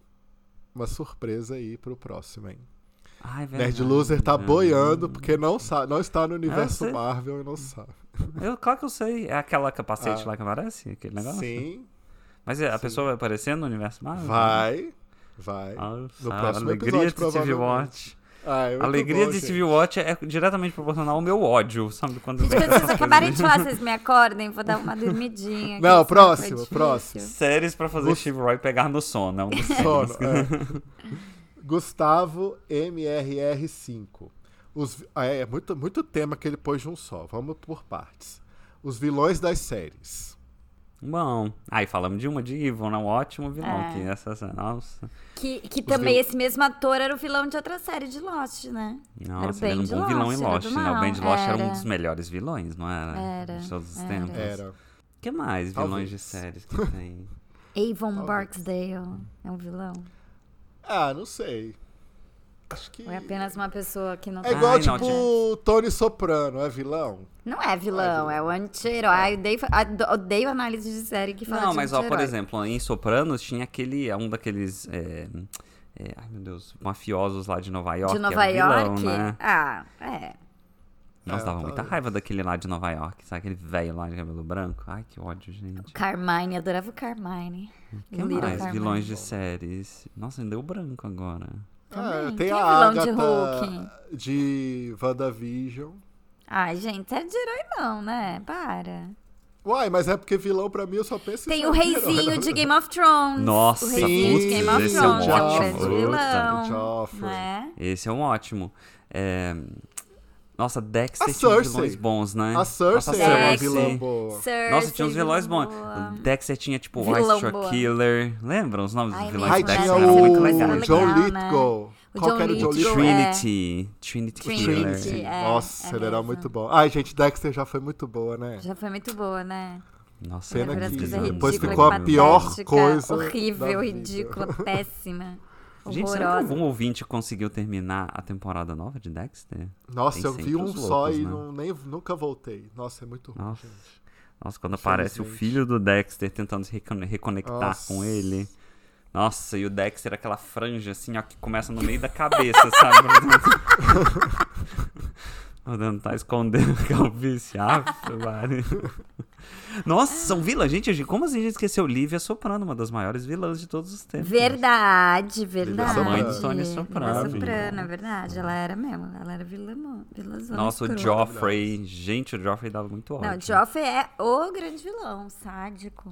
S2: uma surpresa aí pro próximo, hein?
S3: gente. Ai,
S2: Nerd
S3: verdade. Ah,
S2: Loser tá
S3: É.
S2: boiando porque não sabe, não está no universo
S3: sei.
S2: Marvel e não sabe.
S3: Eu, claro que eu sei. É aquela capacete
S2: Ah.
S3: lá que aparece? Aquele negócio? Ah,
S2: Sim,
S3: Mas é, a
S2: Sim.
S3: pessoa vai aparecendo no universo Marvel? né?
S2: vai, vai.
S3: Nossa,
S2: No
S3: a
S2: próximo
S3: alegria
S2: episódio,
S3: de TV
S2: provavelmente.
S3: Watch.
S2: Ah, é
S3: A
S2: muito
S3: alegria
S2: bom,
S3: de
S2: gente.
S3: TV Watch é diretamente proporcional ao meu ódio, sabe? Quando
S1: Gente, quando
S3: vem
S1: vocês
S3: essas
S1: acabarem
S3: coisas.
S1: de falar, vocês me acordem, vou dar uma dormidinha. um que
S2: Não,
S1: essa semana foi
S2: próximo,
S1: difícil.
S2: próximo.
S3: Séries pra fazer
S2: Você-
S3: Steve Roy pegar no sono. É um dos
S2: Sono,
S3: temas.
S2: é. Gustavo MRR5. Os, vi- ah, é muito, muito tema que ele pôs de um só. Vamos por partes. Os vilões das séries.
S3: Bom, aí falamos de uma de Evil, né? Um ótimo vilão
S1: É.
S3: que essa, essa- nossa.
S1: Que, que também esse mesmo ator era o vilão de outra série de Lost, né?
S3: Nossa,
S1: Ben
S3: ele
S1: de
S3: era um bom vilão em
S1: Lost,
S3: Lost,
S1: era do
S3: né? O Ben de
S1: mal,
S3: Lost era. um
S1: era.
S3: dos melhores vilões, não era?
S1: Era,
S3: De todos os
S1: era.
S3: tempos.
S2: Era.
S3: O que mais vilões
S2: Talvez.
S3: de séries que tem?
S1: Avon
S2: Talvez.
S1: Barksdale é um vilão.
S2: Ah, não sei. Acho que.
S1: Ou é apenas uma pessoa que não
S2: É
S1: tá-
S2: igual,
S3: Ai, não,
S2: tipo, Tony Soprano, é vilão?
S1: Não é vilão, é o anti-herói. Ai, odeio, ado- odeio análise de série que fala
S3: tá. Não,
S1: de
S3: mas ó, por
S1: anti-herói.
S3: exemplo, em Sopranos tinha aquele. Um daqueles. é, é, ai meu Deus, mafiosos lá de Nova York.
S1: De
S3: era
S1: Nova
S3: um vilão,
S1: York?
S3: Né?
S1: Ah, é.
S3: Nossa,
S2: É,
S3: dava muita
S2: talvez.
S3: raiva daquele lá de Nova York, sabe? Aquele velho lá de cabelo branco. Ai, que ódio, gente.
S1: Carmine, adorava o Carmine.
S3: Que
S1: Little
S3: mais
S1: Carmine.
S3: vilões de séries? Nossa, me deu branco agora.
S2: Ah,
S1: Também.
S2: tem
S1: Quem
S2: a
S1: é vilão de
S2: Agatha de, WandaVision.
S1: Ai, gente, série de herói não, né? Para.
S2: Uai, mas é porque vilão pra mim eu só penso em
S1: Tem
S2: um
S1: o
S2: super-herói.
S1: reizinho de Game of Thrones.
S3: Nossa,
S1: o reizinho de
S3: putz,
S1: Game of
S3: esse é um
S1: Thrones, é um
S3: ótimo.
S1: grande vilão.
S2: Joffrey.
S1: Né?
S3: Esse é um ótimo. É, Nossa, Dexter
S2: A
S3: tinha uns
S2: Cersei.
S3: vilões bons, né?
S2: A Cersei
S3: Nossa,
S1: é uma
S2: era
S1: Cersei. é
S2: vilã boa.
S3: Nossa, tinha uns vilões bons.
S1: boa.
S3: Dexter tinha, tipo,
S1: Vilão
S3: Oyster
S1: boa.
S3: Killer. Lembram os nomes
S1: Ai,
S3: dos
S1: mesmo,
S3: vilões?
S2: Aí
S1: né?
S2: tinha
S1: Essa é muito
S2: o
S1: legal.
S2: John
S1: Legal, né?
S2: Lithgow.
S1: O
S2: Qual
S1: John
S2: que era o John
S1: Lithgow,
S2: Lithgow?
S3: Trinity. Trinity Killer.
S1: Trinity. é,
S2: Nossa,
S1: é
S2: ele era
S1: mesmo.
S2: muito bom. Ai, gente, Dexter já foi muito boa, né?
S1: Já foi muito boa, né?
S3: Nossa,
S2: Pena
S3: era
S1: Lembra das
S2: que
S1: coisas
S3: bizarro.
S2: depois
S1: ridículas,
S2: ficou a pior
S1: patética,
S2: coisa
S1: Horrível,
S2: da vida.
S1: ridícula, péssima.
S3: Gente, será que
S1: horrorosa.
S3: algum ouvinte conseguiu terminar a temporada nova de Dexter?
S2: Nossa,
S3: Tem
S2: eu vi
S3: sempre
S2: um
S3: os
S2: só
S3: loucos,
S2: e
S3: né?
S2: não, nem, nunca voltei. Nossa, é muito ruim,
S3: Nossa.
S2: gente.
S3: Nossa, quando aparece o
S2: Infelizmente.
S3: filho do Dexter tentando se recone- reconectar
S2: Nossa.
S3: com ele. Nossa, e o Dexter, aquela franja assim, ó, que começa no meio da cabeça, sabe? tá Pra tentar esconder a calvície. Ah, vale. Nossa, são vilãs. Gente, como assim a gente esqueceu Lívia Soprano, uma das maiores vilãs de todos os tempos?
S1: Verdade, verdade.
S2: Lívia Soprano. Mãe do
S3: Tony Soprano.
S1: Lívia Soprano, é verdade. Ela era mesmo. Ela era vilã, vilãzona.
S3: Nossa, o
S1: escrota.
S3: Joffrey. Gente, o Joffrey dava muito ódio.
S1: Não, Joffrey é o grande vilão, sádico.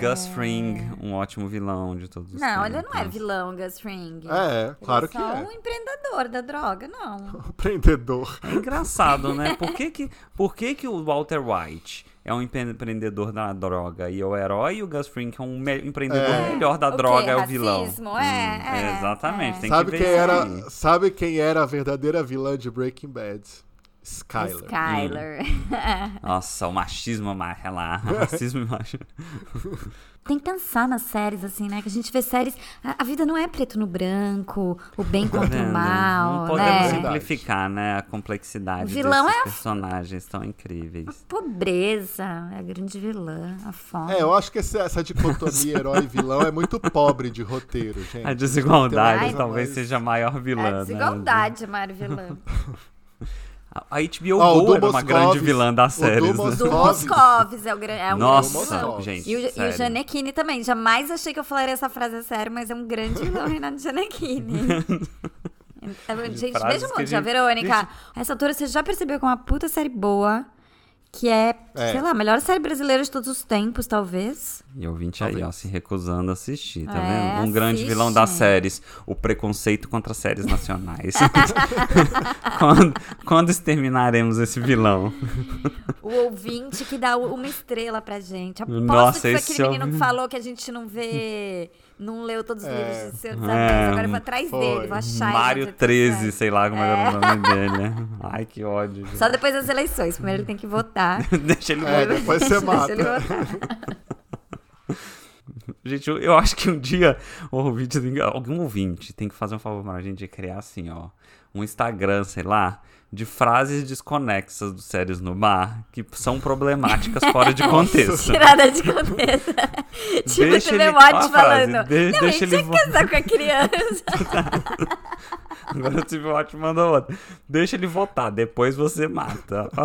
S3: Gus Fring, um ótimo vilão de todos
S1: é
S3: os
S1: Não,
S3: tempos.
S1: ele não é vilão, Gus Fring.
S2: É, claro que
S1: Ele é só
S2: é.
S1: um empreendedor da droga, não.
S2: O prendedor.
S3: É engraçado, né? Por que que, por que que o Walter White é um empre- empreendedor da droga e é o herói e o Gus Fring que é um me- empreendedor melhor da
S1: O quê?
S3: droga é o vilão?
S1: Racismo, é, é,
S3: exatamente,
S1: é.
S3: tem
S2: Sabe
S3: que ver
S2: quem,
S3: isso
S2: era,
S3: aí.
S2: sabe quem era a verdadeira vilã de Breaking Bad? Skyler.
S1: Skyler.
S3: Nossa, o machismo amarra lá. Racismo e machismo.
S1: Tem que pensar nas séries, assim, né? Que a gente vê séries. A, a vida não é preto no branco, o bem
S3: Tá
S1: contra
S3: vendo?
S1: o mal,
S3: não podemos
S1: né?
S2: Verdade.
S3: simplificar, né? A complexidade
S1: O vilão
S3: desses
S1: é a-
S3: personagens tão incríveis.
S1: Pobreza é a grande vilã, a fome.
S2: É, eu acho que esse- essa dicotomia herói e vilão é muito pobre de roteiro, gente.
S3: A desigualdade
S1: Tem uma-
S3: talvez seja a maior vilã.
S1: a
S3: né?
S1: É desigualdade, Mário Vilã.
S3: A- A HBO
S2: Ó, o
S3: Go era uma
S2: Duboscovis-
S3: grande vilã das
S2: o
S3: séries. né?
S2: Dubos-
S1: Do
S2: Nossa.
S1: Moscovis é o grande. É um grande
S3: Nossa,
S1: vilão.
S2: Duboscovis.
S3: gente.
S1: E o, e o
S3: sério.
S1: Gianecchini também. Jamais achei que eu falaria essa frase a sério, mas é um grande vilão, Renato Gianecchini. É, gente,
S3: frases
S1: veja um
S3: que
S1: monte,
S3: a
S1: já,
S3: gente-
S1: Verônica. A essa altura você já percebeu que é uma puta série boa, que é,
S2: É.
S1: sei lá, a melhor série brasileira de todos os tempos, talvez.
S3: E ouvinte aí, ó, se recusando a assistir, tá
S1: É,
S3: vendo? Um grande
S1: assiste.
S3: vilão das séries, o preconceito contra as séries nacionais. quando, quando exterminaremos esse vilão?
S1: O ouvinte que dá uma estrela pra gente. Aposto
S3: Nossa,
S1: que foi
S3: esse
S1: aquele menino
S3: homem-
S1: que falou que a gente não vê, não leu todos os
S2: É.
S1: livros de seus
S3: É,
S1: amigos. Agora eu vou atrás
S2: foi.
S1: dele, vou achar. ele na
S3: Mário
S1: biblioteca.
S3: 13, sei lá como é era o nome dele. né? Ai, que ódio. gente.
S1: É. Só depois das eleições. Primeiro ele tem que votar.
S3: Deixa ele
S2: É, depois você
S1: Deixa ele
S2: mata.
S1: votar.
S3: Gente, eu, eu acho que um dia o ouvinte tem que- algum ouvinte tem que fazer um favor pra gente de criar assim, ó, um Instagram, sei lá, de frases desconexas dos séries no bar que são problemáticas fora de contexto.
S1: Tirada de contexto. tipo,
S3: Deixa
S1: você vê
S3: ele-
S1: o Watch
S3: Ó a frase,
S1: falando.
S3: de-
S1: não,
S3: deixa
S1: ele tinha
S3: ele
S1: que casar com a criança.
S3: Agora o Steve Watch mandou outra. Deixa ele votar, depois você mata.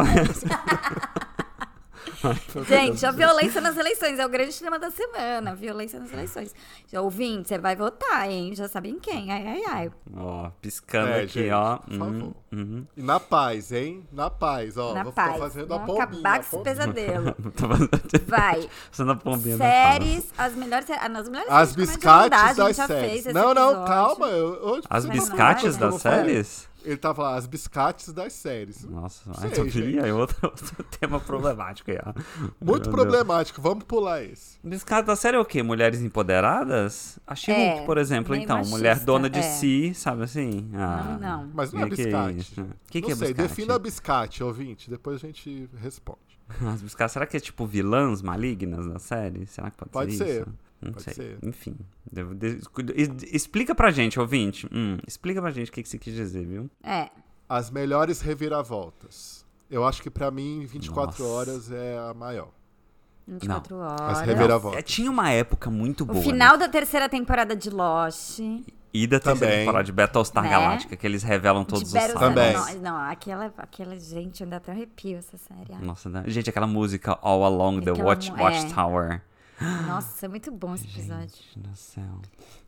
S1: Gente, a violência nas eleições é o grande tema da semana. Violência nas eleições. Já ouvinte, você vai votar, hein? Já sabem quem. Ai, ai, ai.
S3: ó, piscando
S2: É,
S3: aqui,
S2: gente,
S3: ó.
S2: por
S3: Uhum,
S2: favor.
S3: uhum.
S2: E na paz, hein? Na paz, ó.
S1: Na
S2: vou
S1: paz.
S2: ficar fazendo a
S1: Vamos
S2: pombinha.
S1: acabar
S2: a
S1: com esse
S2: pombinha.
S1: pesadelo.
S3: Tô fazendo-
S1: Vai.
S3: fazendo a pombinha da fala.
S1: Séries, as melhores séries. ah, Nas melhores
S2: As
S1: séries de comédia não
S2: biscates
S1: dá, a
S2: das
S1: gente já fez
S2: séries.
S1: esse
S2: Não, não,
S1: episódio.
S2: calma. eu- eu-
S3: As
S2: eu-
S3: biscates
S2: eu-
S1: não,
S3: das
S2: eu-
S3: séries?
S2: Ele tava lá, as biscates das séries.
S3: Nossa,
S2: Sei,
S3: mas eu vi
S2: gente.
S3: aí outro, outro tema problemático aí, ó. Meu
S2: Muito
S3: Deus.
S2: problemático, vamos pular esse.
S3: Biscate da série é o quê? Mulheres empoderadas? A she
S1: É,
S3: por exemplo,
S1: bem
S3: então.
S1: machista,
S3: mulher dona de
S1: é.
S3: si, sabe assim? Ah,
S1: Não, não.
S2: Mas não é
S3: Que que é
S2: biscate.
S3: isso? Que que
S2: não
S3: é
S2: sei,
S3: biscate?
S2: defina biscate, ouvinte. Depois a gente responde.
S3: As biscates, será que é tipo vilãs malignas da série? Será que pode,
S2: Pode
S3: ser,
S2: ser.
S3: isso? Não
S2: Pode
S3: sei.
S2: ser.
S3: Enfim. devo- de- es- explica pra gente, ouvinte. Hum, explica pra gente o que, que você quis dizer, viu?
S2: Ah.
S1: É.
S2: As melhores reviravoltas. Eu acho que pra mim, 24
S3: Nossa.
S2: horas é a maior.
S1: 24
S2: As
S1: horas.
S2: reviravoltas.
S3: É, tinha uma época muito
S1: O
S3: boa.
S1: final
S3: né?
S1: da terceira temporada de Lost.
S3: E da terceira
S2: Também.
S3: temporada de Battlestar
S1: Né?
S3: Galáctica, que eles revelam todos
S1: de
S3: os
S1: Battle
S3: sábados.
S2: Também.
S1: Não, não, aquela, aquela gente, eu ainda até arrepio essa série. Ah,
S3: Nossa, né? gente, aquela música All Along the
S1: Aquela
S3: Watch,
S1: mu- é.
S3: Watchtower.
S1: Nossa, é muito bom esse episódio.
S3: Ah. Gente do céu.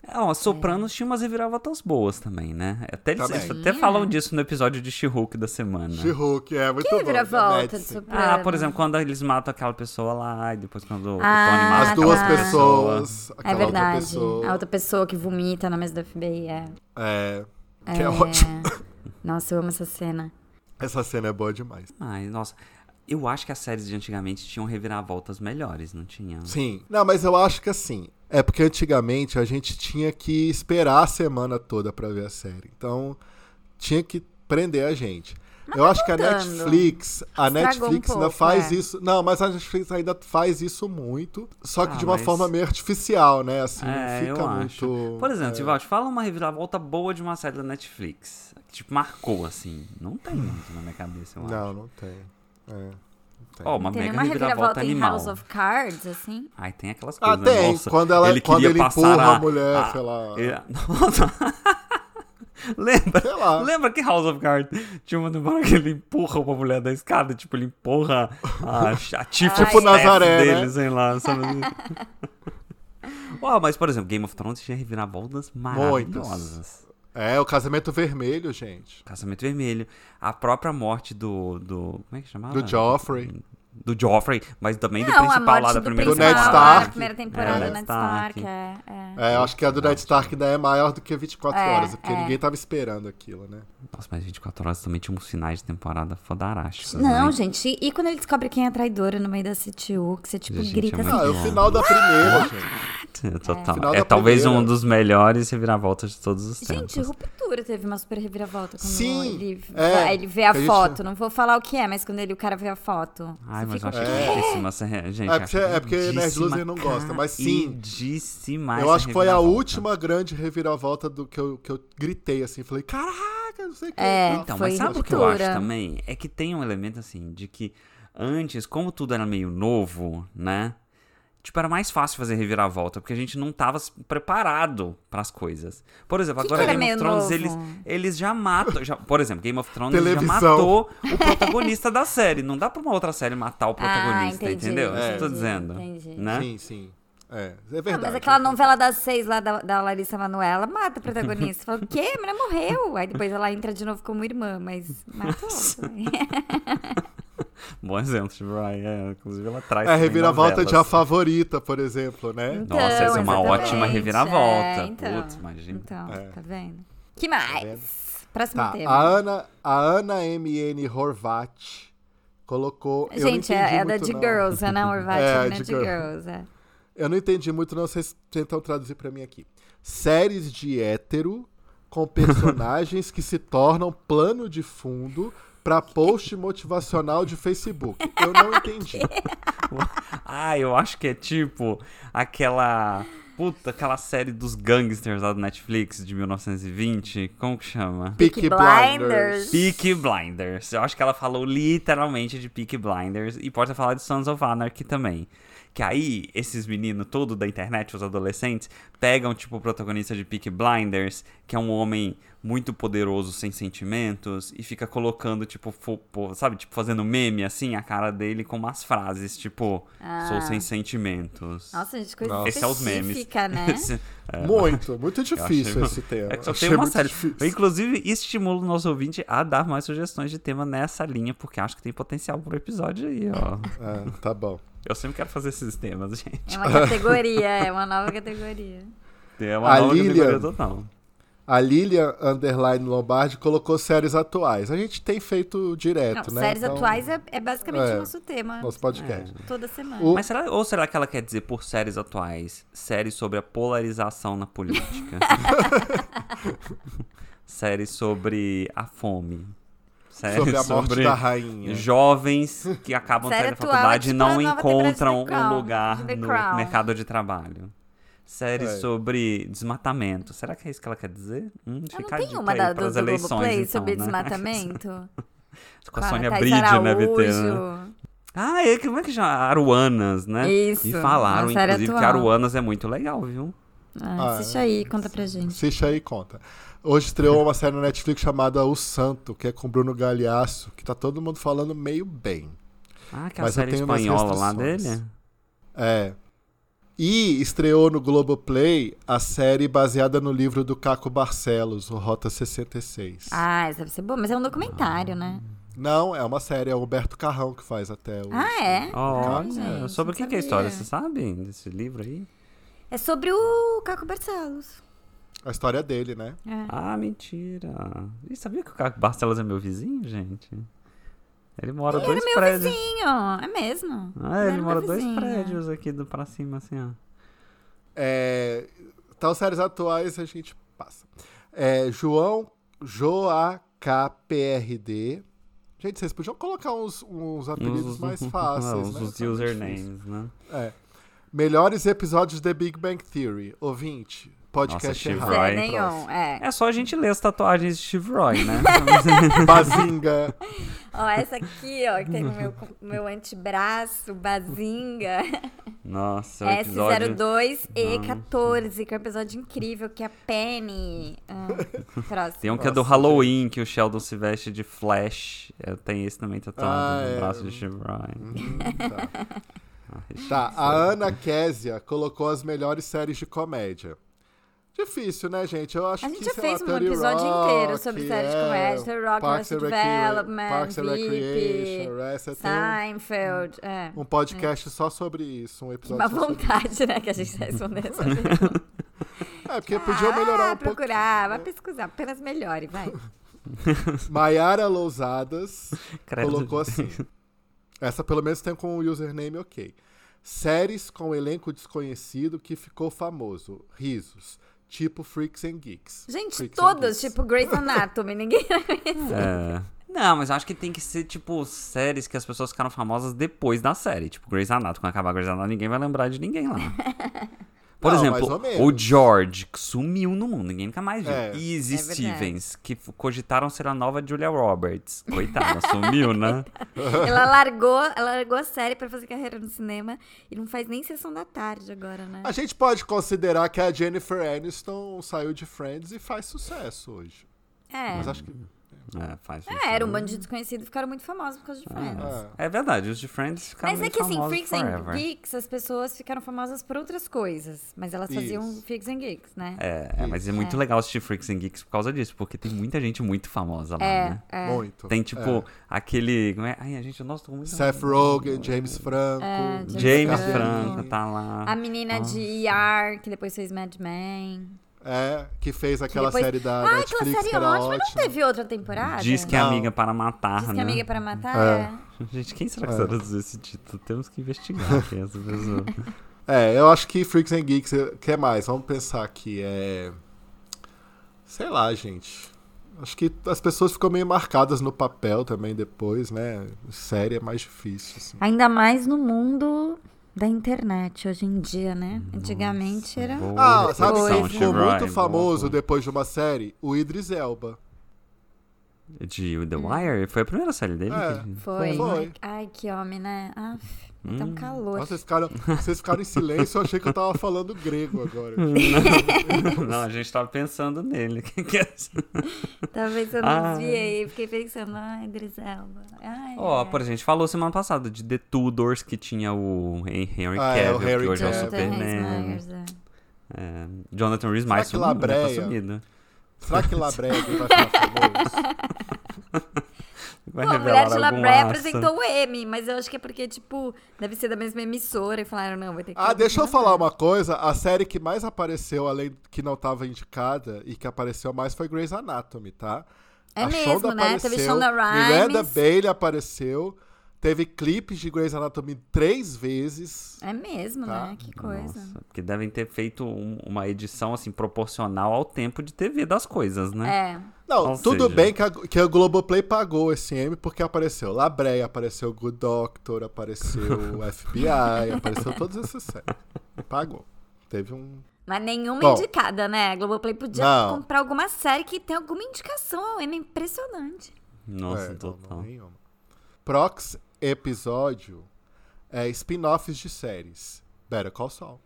S3: É, ó, Sopranos tinha umas reviravoltas boas também, né? Até eles,
S2: Também.
S3: eles até falam disso no episódio de She-Hulk da semana.
S2: She-Hulk, é muito
S1: Que
S2: bom.
S1: reviravolta de
S2: Madison.
S1: Soprano?
S3: Ah,
S2: É,
S3: por
S2: né?
S3: exemplo, quando eles matam aquela pessoa lá, e depois quando o
S1: Ah,
S3: Tony mata
S2: As duas
S3: aquela outra
S2: pessoas,
S1: É
S2: aquela outra
S1: verdade. A
S2: pessoa.
S1: outra pessoa que vomita na mesa do FBI. É.
S2: É, que é ótimo.
S1: Nossa, eu amo essa cena.
S2: Essa cena é boa demais.
S3: Ai, nossa. Eu acho que as séries de antigamente tinham reviravoltas melhores, não tinha?
S2: Sim. Não, mas eu acho que assim. É porque antigamente a gente tinha que esperar a semana toda pra ver a série. Então, tinha que prender a gente. eu acho que a
S1: tá mudando.
S2: Netflix, a
S1: Estragou
S2: Netflix
S1: um
S2: ainda
S1: pouco,
S2: faz
S1: é.
S2: isso. Não, mas a Netflix ainda faz isso muito, só que
S3: Ah,
S2: de uma
S3: mas-
S2: forma meio artificial, né? Assim,
S3: É,
S2: não fica
S3: eu
S2: muito.
S3: acho. Por exemplo,
S2: é,
S3: Tivaldi, fala uma reviravolta boa de uma série da Netflix. Que, tipo, marcou, assim. Não tem muito na minha cabeça, eu acho.
S2: Não, não tem. É.
S3: Ó, uma
S1: Tem
S3: mega
S1: uma
S3: reviravolta,
S1: reviravolta em
S3: animal.
S1: House of Cards, assim?
S3: Ai, tem aquelas
S2: Ah,
S3: coisas, né?
S2: tem.
S3: Nossa,
S2: Quando ela-
S3: ele
S2: quando
S3: queria
S2: ele
S3: passar
S2: empurra a
S3: a
S2: mulher, sei lá.
S3: ele- Nossa. Lembra?
S2: Sei lá.
S3: Lembra que House of Cards tinha uma temporada que ele empurra uma mulher da escada? Tipo, ele empurra a, a chief
S1: Tipo
S3: of staff
S2: Nazaré, né?
S3: dele, sei lá. Sabe? Uau, mas, por exemplo, Game of Thrones tinha reviravoltas maravilhosas.
S2: É, o casamento vermelho, gente.
S3: Casamento Vermelho. A própria morte do. do como é que chamava?
S2: Do Joffrey.
S3: Do Joffrey, mas também do
S1: Não, a
S3: principal
S1: morte
S3: lá da
S1: do
S3: primeira
S1: principal,
S2: Do Ned
S1: lá
S3: temporada.
S1: da
S2: Stark.
S1: primeira temporada
S3: É,
S1: do Ned Stark.
S3: Stark.
S1: é, é.
S2: É, eu acho que a do Ned Stark ainda é maior do que 24
S1: É,
S2: horas, porque
S1: é.
S2: ninguém tava esperando aquilo, né?
S3: Nossa, mas 24 horas também tinha uns finais de temporada fodarásticos.
S1: Não,
S3: né?
S1: gente, e, e quando ele descobre quem é traidora no meio da CTU, que você, tipo,
S3: Gente,
S1: grita
S3: é
S1: assim,
S2: Ah, é o final da primeira, gente.
S3: É, total.
S2: Final
S3: É
S2: da
S3: talvez
S2: primeira.
S3: um dos melhores reviravoltas de todos os tempos.
S1: Gente, Ruptura teve uma super reviravolta quando
S2: Sim,
S1: ele,
S2: é,
S1: vai- ele vê a
S2: que a gente-
S1: foto. Não vou falar o que é, mas quando ele, o cara vê a foto.
S3: Ai,
S1: você
S3: mas eu
S1: fica,
S3: achei
S2: É.
S3: lindíssima essa re- gente.
S2: É porque-
S3: achei
S2: é porque Nerd
S3: lindíssima,
S2: Loser não gosta, mas sim.
S3: Lindíssima
S2: Eu
S3: essa
S2: acho que foi a
S3: reviravolta.
S2: última grande reviravolta do que eu, que eu gritei, assim. Falei, caraca, não sei o que.
S1: É,
S2: tal.
S3: Então,
S1: Foi
S3: mas sabe o que eu
S1: ruptura.
S3: acho também? É que tem um elemento assim de que antes, como tudo era meio novo, né? Tipo, era mais fácil fazer reviravolta, porque a gente não tava s- preparado pras coisas. Por exemplo,
S1: Que
S3: agora
S1: que era
S3: Game of
S1: meio
S3: Thrones,
S1: novo?
S3: eles, eles já matam. já- por exemplo, Game of Thrones já
S2: Televisão.
S3: matou o protagonista da série. Não dá pra uma outra série matar o protagonista,
S1: Ah, entendi,
S3: entendeu? É. Tô
S1: entendi,
S3: dizendo.
S1: entendi.
S3: Né?
S2: Sim, sim. É, é
S1: Ah,
S2: verdade.
S1: mas aquela novela das seis lá da, da Larissa Manoela mata a protagonista. Fala, o quê? A mulher morreu. Aí depois ela entra de novo como irmã, mas né? matou. também.
S3: Bom exemplo de Brian. É, inclusive, ela traz.
S2: É a
S3: também
S2: reviravolta de A
S3: novelas.
S2: Favorita, por exemplo, né?
S1: Então,
S3: Nossa, essa é uma
S1: exatamente,
S3: ótima reviravolta.
S1: é, então.
S3: Putz, imagina.
S1: Então,
S2: É.
S1: tá vendo? que mais? Próximo
S2: Tá, a
S1: tema.
S2: Ana, a Ana M.N. Horvat colocou... eu não
S1: Gente, é, é
S2: entendi
S1: da
S2: muito,
S1: de
S2: não.
S1: Girls, é não? Orvati
S2: É,
S1: é, né?
S2: é de
S1: de
S2: Girl.
S1: Girls. é.
S2: Eu não entendi muito, não. Vocês tentam traduzir pra mim aqui. Séries de hétero com personagens que se tornam plano de fundo pra post motivacional de Facebook. Eu não entendi.
S3: Ah, eu acho que é tipo aquela. Puta, aquela série dos gangsters lá do Netflix de 1920. Como que chama?
S1: Peaky
S2: Peaky
S1: Blinders.
S2: Blinders.
S3: Peaky Blinders. Eu acho que ela falou literalmente de Peaky Blinders e pode ter falado de Sons of Anarchy também. Que aí, esses meninos todo da internet, os adolescentes, pegam, tipo, o protagonista de Peaky Blinders, que é um homem muito poderoso, sem sentimentos, e fica colocando, tipo, fo- pô, sabe, tipo, fazendo meme, assim, a cara dele com umas frases, tipo, sou sem sentimentos.
S1: Ah, Nossa, gente, coisa
S2: Nossa.
S3: Esse é os memes.
S1: específica, né?
S3: Esse- é,
S2: Muito, muito
S3: eu
S2: difícil
S3: achei-
S2: esse tema.
S3: É que só
S2: Achei
S3: tem uma
S2: muito
S3: série. Eu,
S2: difícil.
S3: inclusive, estimulo o nosso ouvinte a dar mais sugestões de tema nessa linha, porque acho que tem potencial pro episódio aí, ó.
S2: Ah, tá bom.
S3: Eu sempre quero fazer esses temas, gente.
S1: É uma categoria, é uma nova categoria.
S3: É uma
S2: A
S3: nova
S2: Lilian.
S3: categoria total.
S2: A Lilian Underline Lombardi colocou séries atuais. A gente tem feito direto,
S1: Não,
S2: né?
S1: séries
S2: Então,
S1: atuais é, é basicamente
S2: É.
S1: o nosso tema
S2: Nosso podcast.
S1: toda semana.
S2: O-
S3: Mas será, ou será que ela quer dizer por séries atuais, séries sobre a polarização na política? séries sobre a fome. Séries
S2: Sobre a morte
S3: É. sobre
S2: da rainha.
S3: jovens que acabam de
S1: Série
S3: sair da
S1: atual é
S3: faculdade e
S1: tipo a
S3: não
S1: nova temporada de The
S3: encontram um
S1: Crown,
S3: lugar
S1: The
S3: no
S1: Crown.
S3: mercado de trabalho. Série
S2: É.
S3: sobre desmatamento. Será que é isso que ela quer dizer?
S1: Eu
S3: Hum,
S1: não
S3: fica a
S1: tem
S3: dica
S1: uma
S3: aí
S1: da, do,
S3: pras
S1: do Globoplay
S3: então,
S1: sobre
S3: né?
S1: desmatamento? Ah, tá,
S3: Com a
S1: a
S3: Sônia
S1: Thaís
S3: Bride, né, BT? né?
S1: Araújo.
S3: Ah, é, como é que chama? Aruanas, né?
S1: Isso,
S3: E falaram,
S1: uma série
S3: inclusive, que
S1: atual.
S3: Aruanas é muito legal, viu?
S1: Ah, assiste aí, conta pra gente.
S2: Assiste aí e conta. Hoje estreou uma série na Netflix chamada O Santo, que é com Bruno Galhaço, que tá todo mundo falando meio bem.
S3: Ah, aquela
S2: Mas eu
S3: série
S2: tenho minhas
S3: espanhola lá
S2: restrições.
S3: dele?
S2: É. E estreou no Globoplay a série baseada no livro do Caco Barcelos, o Rota 66.
S1: Ah, essa deve ser boa, mas é um documentário, né?
S2: Não, é uma série, é o Humberto Carrão que faz até o.
S1: Ah, é?
S3: Olha,
S1: gente,
S3: sobre o que,
S1: não
S3: que é a história? Você
S1: sabia.
S3: sabe desse livro aí?
S1: É sobre o Caco Barcelos.
S2: A história dele, né?
S1: É.
S3: Ah, mentira. E sabia que o Caco Barcelos é meu vizinho, gente? Ele mora
S2: Ele
S3: dois prédios.
S1: Sim, ó, é mesmo.
S3: Ah, ele
S1: Era
S3: mora
S1: é meu
S3: dois
S1: vizinho,
S3: prédios aqui do, pra cima, assim, ó.
S2: É, tal séries atuais a gente passa. É, João JoaKPRD. Gente, vocês podiam colocar uns, uns apelidos mais fáceis,
S3: Os,
S2: né?
S3: os
S2: Tá muito
S3: usernames, né?
S2: difícil. É. Melhores episódios de Big Bang Theory. Ouvinte,
S3: Nossa,
S2: podcast
S3: Steve
S2: errado.
S3: Roy.
S1: Zé Nenhum,
S2: Próximo.
S1: é.
S3: É só a gente ler as tatuagens de Steve Roy, né?
S2: Bazinga.
S3: Ah,
S1: Ó, essa aqui, ó, que tem no meu, meu antebraço, bazinga.
S3: Nossa,
S1: É,
S3: o um episódio... Ah,
S1: S02E14, que é um episódio incrível, que é a Penny. Ah, próximo.
S3: Tem um que é do
S2: Nossa,
S3: Halloween, que o Sheldon se veste de Flash. É, Tem esse também tatuado
S2: Ah,
S3: no
S2: é.
S3: braço de Steve Roy.
S2: Hum, tá. Tá, a Ana Késia colocou as melhores séries de comédia. Difícil, né, gente? Eu acho
S1: A
S2: que,
S1: gente já
S2: sei
S1: fez
S2: lá,
S1: um
S2: Thirty
S1: episódio
S2: Rock,
S1: inteiro sobre séries de
S2: é,
S1: comédia. Thirty Rock,
S2: Parks and
S1: Arrested
S2: Recre-
S1: Development,
S2: Parks and
S1: VIP,
S2: Recreation, Arrested, tem
S1: Seinfeld, é.
S2: um, um podcast só sobre isso, um
S1: Que
S2: episódio
S1: má
S2: só sobre
S1: vontade, né, que a gente tá respondendo essa
S2: isso. É, porque podiam melhorar
S1: ah,
S2: um pouco.
S1: procurar, vai pesquisar, apenas melhore, vai.
S2: Maiara Lousadas
S3: Credo.
S2: colocou assim. Essa pelo menos tem com o username ok. Séries com elenco desconhecido que ficou famoso. Risos. Tipo Freaks and Geeks.
S1: Gente,
S2: Freaks and
S1: todas,
S2: Geeks.
S1: tipo Grey's Anatomy, ninguém...
S3: É. Não, mas eu acho que tem que ser, tipo, séries que as pessoas ficaram famosas depois da série. Tipo, Grey's Anatomy. Quando acabar Grey's Anatomy, ninguém vai lembrar de ninguém lá. Por
S2: Não, mais ou
S3: exemplo,
S2: menos.
S3: o George, que sumiu no mundo, ninguém nunca mais viu.
S2: É.
S3: E Izzy
S1: É verdade.
S3: Stevens, que f- cogitaram ser a nova Julia Roberts. Coitada, sumiu, né?
S1: Ela largou, ela largou a série pra fazer carreira no cinema e não faz nem sessão da tarde agora, né?
S2: A gente pode considerar que a Jennifer Aniston saiu de Friends e faz sucesso hoje.
S1: É.
S2: Mas acho que.
S3: É, faz
S1: É, era um bando de desconhecidos ficaram muito famosos por causa de Friends.
S3: É verdade, os de Friends ficaram
S1: Mas é
S3: meio
S1: que assim,
S3: famosos
S1: Freaks and
S3: forever.
S1: Geeks, as pessoas ficaram famosas por outras coisas. Mas elas faziam
S2: Isso.
S1: Freaks and Geeks, né?
S3: É, é, mas é muito legal assistir Freaks and Geeks por causa disso, porque tem muita gente muito famosa lá, né?
S1: é.
S2: Muito.
S3: Tem tipo aquele. Como é? Ai, a gente, nossa, tô muito.
S2: Seth Rogen, James Franco.
S1: É, James
S3: James
S1: Franco.
S3: Franco tá lá.
S1: A menina de ER, que depois fez Mad Men.
S2: É, que fez
S1: que
S2: aquela
S1: depois...
S2: série da
S1: Ah,
S2: Netflix.
S1: aquela série
S2: que era
S1: ótima,
S2: ótima.
S1: não teve outra temporada?
S3: Diz que é
S2: Não.
S3: amiga para matar,
S1: Diz que é
S3: né?
S1: amiga para matar?
S2: É.
S1: é.
S3: Gente, quem será que traduziu esse título? Temos que investigar quem é essa pessoa.
S2: É, eu acho que Freaks and Geeks, o que é mais? Vamos pensar aqui. É. Sei lá, gente. Acho que as pessoas ficam meio marcadas no papel também depois, né? Série é mais difícil, assim.
S1: Ainda mais no mundo da internet hoje em dia, né? Antigamente era.
S2: Ah,
S1: reflexão,
S2: sabe quem ficou
S3: Chevrolet,
S2: muito
S3: boa
S2: famoso
S3: ponto.
S2: depois de uma série? O Idris Elba.
S3: De The Wire? Foi a primeira série dele?
S2: É.
S3: que-
S1: Foi.
S2: Foi.
S1: Ai, que homem, né? Aff, é
S3: Hum.
S1: tão calor.
S2: Nossa, vocês ficaram, vocês ficaram em silêncio, eu achei que eu tava falando grego agora.
S3: Não, a gente tava pensando nele. Que que é isso?
S1: Talvez eu não
S3: Ah.
S1: desviei. Fiquei pensando, ai, Driselba. Ai, é."
S3: Ó,
S1: ai.
S3: por exemplo, a gente falou semana passada de The Tudors, que tinha o Henry
S2: Ah, é, o
S3: Cavill,
S2: Harry
S3: que hoje é o
S2: Cavill.
S1: Jonathan Rees
S3: Superman.
S1: Myers, é.
S3: É, Jonathan Rhys
S2: Será
S3: Myers
S2: que
S3: sumiu, né? tá
S2: Labreia?
S3: sumido.
S2: Será que Labreg vai ficar famoso?
S3: Vai
S1: Pô, a
S3: revelar
S1: mulher de
S3: algum
S1: Labré
S3: laço.
S1: apresentou o M, mas eu acho que é porque, tipo, deve ser da mesma emissora e falaram, não, vai ter É que.
S2: Ah, deixa eu falar uma coisa. A série que mais apareceu, além que não tava indicada, e que apareceu mais foi Grey's Anatomy, tá?
S1: É
S2: a
S1: mesmo,
S2: Shonda
S1: né? Teve
S2: apareceu, é
S1: Shonda
S2: Miranda
S1: Rhimes.
S2: Bailey apareceu. Teve clipes de Grey's Anatomy três vezes.
S1: É mesmo,
S2: Tá.
S1: né? Que coisa.
S3: Nossa, porque devem ter feito um- uma edição assim proporcional ao tempo de TV das coisas, né?
S1: É.
S2: Não,
S3: Ou
S2: tudo
S3: seja-
S2: bem que a, que a Globoplay pagou esse M porque apareceu Labreia, apareceu Good Doctor, apareceu FBI, apareceu todas essas séries. Pagou. Teve um.
S1: Mas nenhuma
S2: Bom.
S1: indicada, né? A Globoplay podia
S2: Não.
S1: comprar alguma série que tem alguma indicação ao M. é Impressionante.
S3: Nossa,
S2: é, não,
S3: total.
S2: não, nenhuma. Prox episódio é spin-offs de séries. Better Call Saul.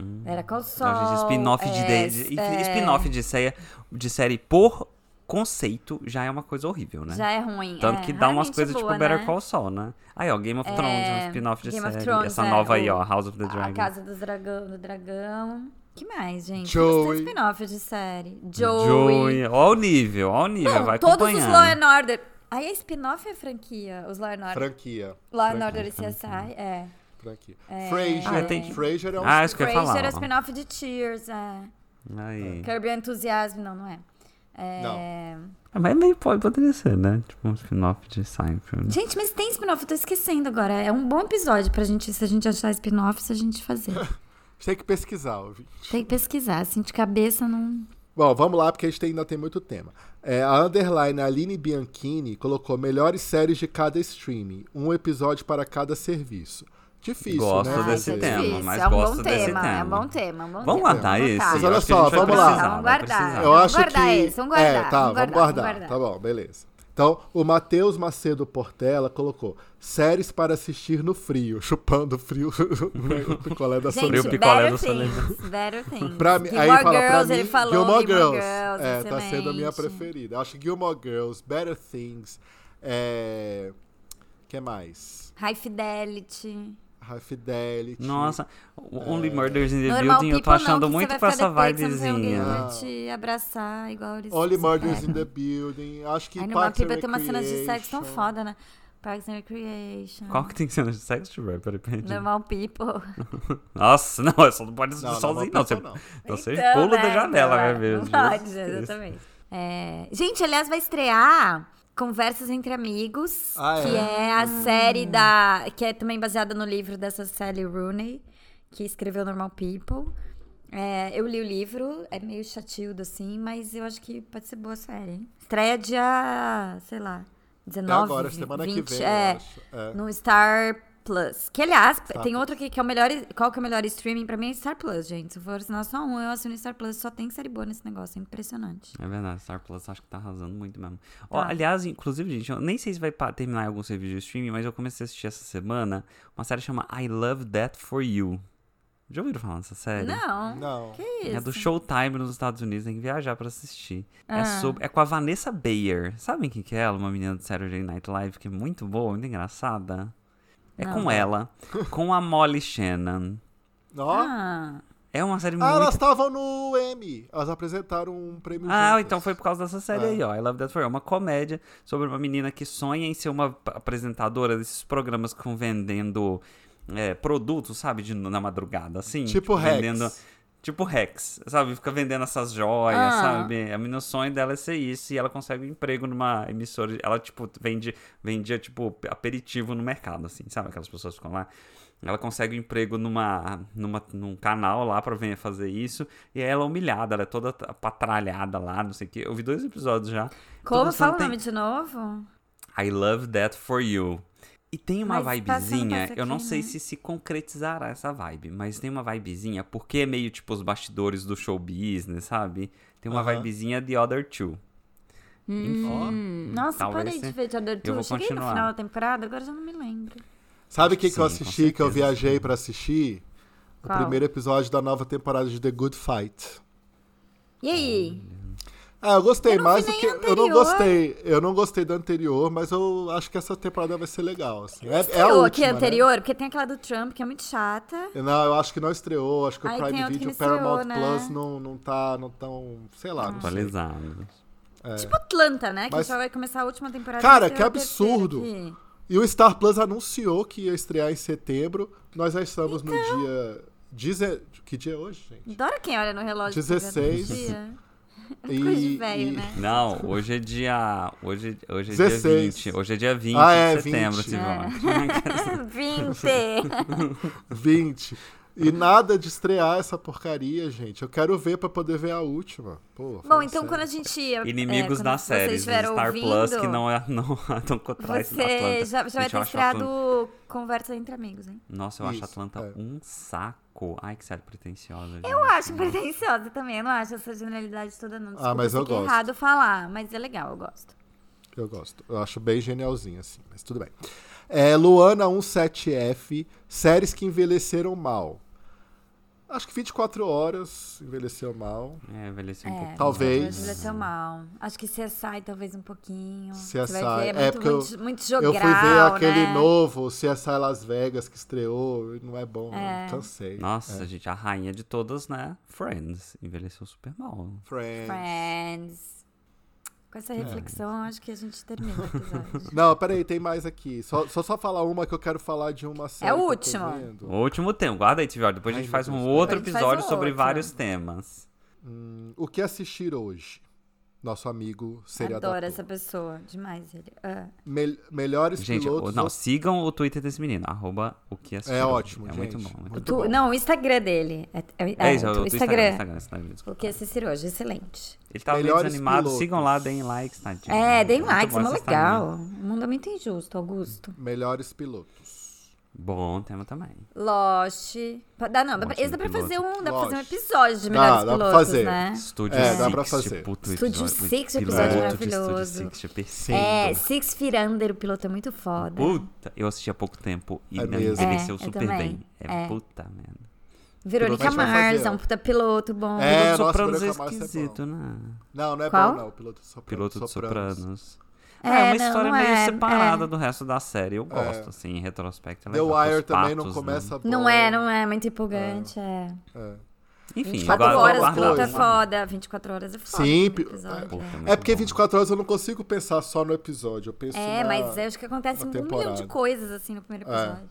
S3: Hum.
S1: Era qual sol?
S3: Não, gente, Então, spin-off de,
S1: é,
S3: de,
S1: é,
S3: spin-off de série, de série por conceito já é uma coisa horrível, né?
S1: Já é ruim.
S3: Tanto
S1: é,
S3: que dá umas
S1: raramente
S3: coisas
S1: boa,
S3: tipo Better
S1: né?
S3: Call Saul, né? Aí, ó, Game of
S1: É,
S3: Thrones, um spin-off de
S1: Game of
S3: série.
S1: Thrones,
S3: Essa
S1: é,
S3: nova aí,
S1: o-
S3: ó, House of the
S1: A
S3: Dragon.
S1: Casa dos Dragão, do Dragão. Que mais, gente?
S2: Joey.
S1: Bastante spin-off de série. Joey.
S3: Joey. Ó o nível, ó o nível,
S1: Não,
S3: vai
S1: todos os Law
S3: acompanhando.
S1: and Order. Aí é spin-off é franquia? Os Law and Order.
S2: Franquia.
S1: Law and
S2: Franquia.
S1: Order e CSI, é.
S2: Franquia.
S1: É.
S2: Frasier.
S3: Ah, tem-
S2: Frasier é um.
S3: Ah, isso que eu ia falar.
S1: Frasier é
S3: ó.
S1: spin-off de Cheers, é.
S3: Aí.
S1: Kirby Enthusiasm, não, não é. É...
S3: Ah, Mas meio pode, poderia ser, né? Tipo um spin-off de Seinfeld. né?
S1: Gente, mas tem spin-off, eu tô esquecendo agora. É um bom episódio pra gente, se a gente achar spin-off, se a gente fazer.
S2: Tem que pesquisar, ouvinte.
S1: Tem que pesquisar, assim, de cabeça não.
S2: Bom, vamos lá, porque a gente ainda tem muito tema. É, a underline Aline Bianchini colocou melhores séries de cada streaming, um episódio para cada serviço. Difícil,
S3: Gosto
S2: né?
S3: Gosto
S1: Ai, isso
S3: desse
S1: é
S3: tema,
S1: difícil.
S3: mas
S1: é um
S3: gosto
S1: bom
S3: desse
S1: tema,
S3: tema.
S1: É um bom tema, é um bom
S3: Vamos
S1: tema.
S3: guardar esse?
S2: Mas
S3: Eu
S2: olha
S3: acho que a
S2: só,
S3: gente vai
S2: vamos lá.
S3: precisar,
S1: Vamos
S3: vai
S1: guardar.
S3: precisar.
S2: Eu
S1: Ah, Vamos
S2: acho
S1: guardar
S2: que...
S1: esse, vamos guardar,
S2: É, tá,
S1: vamos
S2: vamos
S1: guardar,
S2: guardar.
S1: vamos guardar.
S2: Tá bom, beleza. Então, o Matheus Macedo Portela colocou séries para assistir no frio, chupando frio o picolé da
S1: Gente,
S3: Sobre o
S2: solidão.
S3: picolé
S1: Better
S3: do Soledad.
S1: Things, Better Things.
S2: Pra mim, aí
S1: Gilmore
S2: fala
S1: Girls,
S2: pra mim,
S1: ele falou
S2: Gilmore,
S1: Gilmore
S2: Girls.
S1: Girls,
S2: é, tá sendo a minha
S1: excelente.
S2: preferida. Eu acho que Gilmore Girls, Better Things, é... que mais?
S1: High Fidelity.
S2: High Fidelity.
S3: Nossa, o Only
S2: É.
S3: Murders in the
S1: Normal
S3: Building, eu
S1: People
S3: tô
S1: não, que
S3: achando
S1: você
S3: muito
S1: vai
S3: com
S1: ficar
S3: essa
S1: depois, você né? não tem alguém
S3: vibezinha.
S1: pra te abraçar, igual eles
S2: Only
S1: se
S2: Murders
S1: pegam.
S2: in the Building. Acho que
S1: Aí no Mount
S2: Parks and
S1: People tem umas cenas de sexo tão
S2: Recreation.
S1: foda, né? Parks and Recreation.
S3: Qual que é, tem cena de sexo, Ray? Peraí, peraí.
S1: Normal People.
S3: Nossa, não, só não pode
S2: Não,
S3: assistir
S2: não,
S3: sozinho,
S2: não,
S3: não. Você,
S2: não.
S3: então, você
S1: Então,
S3: pula da
S1: né,
S3: janela,
S1: então,
S3: vai
S1: é,
S3: ver.
S1: Não pode,
S3: Jesus.
S1: exatamente. É, Gente, aliás, vai estrear Conversas Entre Amigos,
S2: Ah, é?
S1: que é a
S3: Hum.
S1: série da... Que é também baseada no livro dessa Sally Rooney, que escreveu Normal People. É, eu li o livro, é meio chatildo assim, mas eu acho que pode ser boa a série, hein? Estreia dia, sei lá, 19,
S2: É agora, semana que
S1: 20,
S2: vem,
S1: é,
S2: eu acho. É.
S1: no Star Plus. Que, aliás, tem
S2: Plus.
S1: outro aqui que é o melhor. Qual que é o melhor streaming pra mim? É Star Plus, gente. Se eu for assinar só um, eu assino Star Plus. Só tem série boa nesse negócio. É impressionante.
S3: É verdade, Star Plus acho que tá arrasando muito mesmo. Ó,
S1: Tá.
S3: aliás, inclusive, gente, eu nem sei se vai pa- terminar em algum serviço de streaming, mas eu comecei a assistir essa semana uma série chama I Love That For You. Já ouviram falar dessa série?
S1: Não.
S2: Não.
S1: Que isso?
S3: É do Showtime nos Estados Unidos, tem que viajar pra assistir.
S1: Ah.
S3: É, sobre, é com a Vanessa Bayer. Sabem quem que é ela? Uma menina do Saturday Night Live que é muito boa, muito engraçada. É
S1: Não.
S3: com ela, com a Molly Shannon.
S2: Ó.
S1: Ah,
S3: É uma série
S2: Ah,
S3: muito
S2: elas estavam no M. Elas apresentaram um prêmio
S3: Ah,
S2: juntas.
S3: então foi por causa dessa série
S2: É.
S3: aí, ó. I Love That For You. É uma comédia sobre uma menina que sonha em ser uma p- apresentadora desses programas que ficam vendendo é, produtos, sabe? De, na madrugada, assim.
S2: Tipo Rex.
S3: vendendo Tipo Rex, sabe? Fica vendendo essas joias,
S1: Ah.
S3: sabe? A menina, o sonho dela é ser isso e ela consegue um emprego numa emissora. de- Ela, tipo, vende, vendia, tipo, aperitivo no mercado, assim, sabe? Aquelas pessoas que ficam lá. Ela consegue um emprego numa, numa, num canal lá pra vir fazer isso. E aí ela é humilhada, ela é toda t- patralhada lá, não sei o quê. Eu vi dois episódios já.
S1: como
S3: Toda
S1: fala o
S3: tem-
S1: nome de novo?
S3: I love that for you. E tem uma
S1: Mas tá sendo
S3: vibezinha,
S1: essa
S3: eu não
S1: aqui,
S3: sei
S1: né?
S3: se se concretizará essa vibe, mas tem uma vibezinha, porque é meio tipo os bastidores do show business, sabe? Tem uma
S2: Aham.
S3: vibezinha The Other Two. Enfim.
S1: Hum. Nossa,
S3: talvez
S1: parei
S3: se-
S1: de ver de Other
S3: vou
S1: Two. Cheguei no
S3: continuar.
S1: final da temporada, agora já não me lembro.
S2: Sabe o que, que eu
S3: Sim, com
S2: assisti, que eu
S3: certeza.
S2: viajei pra assistir?
S1: Qual?
S2: O primeiro episódio da nova temporada de The Good Fight.
S1: E aí?
S2: Ah, eu gostei
S1: Eu não
S2: mais
S1: vi
S2: do
S1: nem
S2: que.
S1: a
S2: Eu não
S1: anterior.
S2: gostei. Eu não gostei da anterior, mas eu acho que essa temporada vai ser legal. assim. É, é a
S1: Estreou
S2: última,
S1: aqui
S2: né?
S1: anterior? Porque tem aquela do Trump que é muito chata.
S2: Não, eu acho que não estreou. Acho que
S1: Aí
S2: o
S1: tem
S2: Prime
S1: outro que
S2: Video,
S1: não estreou,
S2: Paramount
S1: né?
S2: Plus não, não tá. Não tão. Sei lá, não sei.
S3: Atualizado.
S1: Tipo Atlanta, né? Que
S2: É. Mas-
S1: só vai começar a última temporada.
S2: Cara,
S1: e
S2: que
S1: estreou a terceira
S2: absurdo.
S1: aqui.
S2: E o Star Plus anunciou que ia estrear em setembro. Nós já estamos
S1: Então.
S2: no dia. Deze... Que dia é hoje, gente?
S1: Adoro quem olha no relógio. pra ver todo
S2: 16.
S1: dia.
S2: E-
S1: Coisa de velho,
S2: e-
S1: né?
S3: Não, hoje é dia. Hoje, hoje é
S2: 16.
S3: dia 20. Hoje é dia 20
S2: Ah, é,
S3: de setembro,
S2: 20.
S3: Simone.
S1: 20!
S2: 20. E nada de estrear essa porcaria, gente. Eu quero ver pra poder ver a última. Pô,
S1: Bom,
S2: fala
S1: então
S2: sério.
S1: quando a gente. é,
S3: Inimigos
S1: quando
S3: da
S1: vocês
S3: série.
S1: estiverem
S3: Star Plus,
S1: ouvindo,
S3: que não é. Não, não contrai
S1: Você já, já vai ter
S3: estreado
S1: estreado Conversa Entre Amigos, hein?
S3: Nossa, eu acho
S2: Isso,
S3: Atlanta
S2: é.
S3: um saco. Ai, que série pretensiosa.
S1: Eu
S3: Hum.
S1: acho pretensiosa também, eu não acho essa generalidade toda, não. Desculpa,
S2: Ah, mas eu
S1: sei que é
S2: gosto.
S1: errado falar, mas é legal, eu gosto.
S2: Eu gosto. Eu acho bem genialzinho, assim, mas tudo bem. É, Luana 17F, séries que envelheceram mal. Acho que 24 horas envelheceu mal.
S3: É, envelheceu um pouco.
S2: Talvez.
S1: Mas envelheceu mal. Acho que CSI talvez um pouquinho.
S2: CSI.
S1: Você vai ver, é
S2: É,
S1: muito,
S2: porque eu-
S1: muito, muito jogral,
S2: eu fui ver aquele
S1: né?
S2: novo CSI Las Vegas que estreou. e Não é bom, não. cansei.
S3: Nossa, gente, é a rainha de todas, né? Friends. Envelheceu super mal.
S2: Friends.
S1: Friends. Com
S2: É.
S1: essa reflexão, eu acho que a gente termina o episódio.
S2: Não, peraí, tem mais aqui. Só, só só falar uma que eu quero falar de uma série.
S1: É o
S2: que eu tô
S1: último.
S2: vendo.
S3: O último tema. Guarda aí, Tivior. Depois a
S2: Ai,
S3: gente
S2: meu
S3: faz um
S2: Deus.
S3: outro
S1: A gente faz
S3: episódio sobre
S1: outro.
S3: vários temas.
S2: O que assistir hoje? Nosso amigo seriador.
S1: Adoro essa pessoa. Demais ele. Ah.
S2: Mel- melhores
S3: Gente, o-
S2: pilotos.
S3: não, sigam o Twitter desse menino. Arroba o que assistiu.
S2: É ótimo,
S3: É
S2: gente.
S3: muito bom. Muito
S2: Muito
S1: Tu-
S2: bom.
S1: não, o Instagram dele. É, é- é,
S3: isso,
S1: o Instagram.
S3: o do Instagram. Instagram, Instagram,
S1: O
S3: desculpa.
S1: que assistir hoje, excelente.
S3: Ele tá meio
S2: Melhores
S3: desanimado.
S2: pilotos.
S3: Sigam lá, deem likes, tadinho.
S1: É, deem
S3: Muito
S1: likes,
S3: bom
S1: é mó
S3: esse Instagram.
S1: legal. O mundo é muito injusto, Augusto.
S2: Melhores pilotos.
S3: Bom tema também.
S1: Lost. Pa- Dá, não, dá pra,
S3: Ótimo
S1: esse dá pra fazer um. Dá pra fazer um
S2: Lost.
S1: episódio de
S2: Dá,
S1: melhores
S2: dá pra
S1: pilotos,
S2: fazer.
S1: né?
S3: Estúdio
S2: É,
S3: Six. tipo,
S2: dá pra fazer.
S3: Puto
S1: Estúdio Six,
S3: episódio, piloto
S1: episódio
S3: de Estúdio
S1: maravilhoso.
S3: Six, tipo,
S2: Sim.
S1: É, Six Feet Under, o piloto é muito foda.
S3: Puta, eu assisti há pouco tempo e
S2: É
S3: me
S2: mesmo.
S1: É,
S3: envelheceu
S1: eu
S3: super
S1: também.
S3: bem. É,
S1: É.
S3: puta merda.
S1: Verônica
S2: Piloto vai
S1: Mars
S2: fazer,
S1: é
S2: ó.
S1: um puta piloto bom.
S2: É,
S3: Piloto
S2: nossa,
S3: Sopranos é
S2: Branca Massa é bom.
S3: esquisito, né?
S2: Não, não é
S1: Qual?
S2: bom, não. Piloto de Sopranos.
S3: Piloto de
S2: Sopranos.
S3: Sopranos.
S1: É,
S3: É, uma
S1: não,
S3: história
S1: não
S3: meio
S1: é,
S3: separada
S1: é.
S3: do resto da série. Eu gosto, assim, em retrospecto. é
S2: The
S3: legal, tem
S2: Wire
S3: os
S2: também não
S3: patos,
S2: começa bom.
S1: Não é, não é muito empolgante, é.
S2: É.
S3: Né? Enfim,
S1: 24
S3: eu guardo-
S1: horas,
S3: guardado,
S1: puta é
S2: né?
S3: guardado.
S1: foda. 24 horas é foda.
S2: Sim,
S1: esse
S2: pi-
S1: episódio,
S3: Puta,
S1: é.
S3: muito
S2: É porque
S3: bom.
S2: 24 horas eu não consigo pensar só no episódio. Eu penso
S1: É,
S2: na-
S1: mas eu acho que acontece
S2: na
S1: um milhão de
S2: temporada.
S1: coisas assim no primeiro
S2: É.
S1: episódio.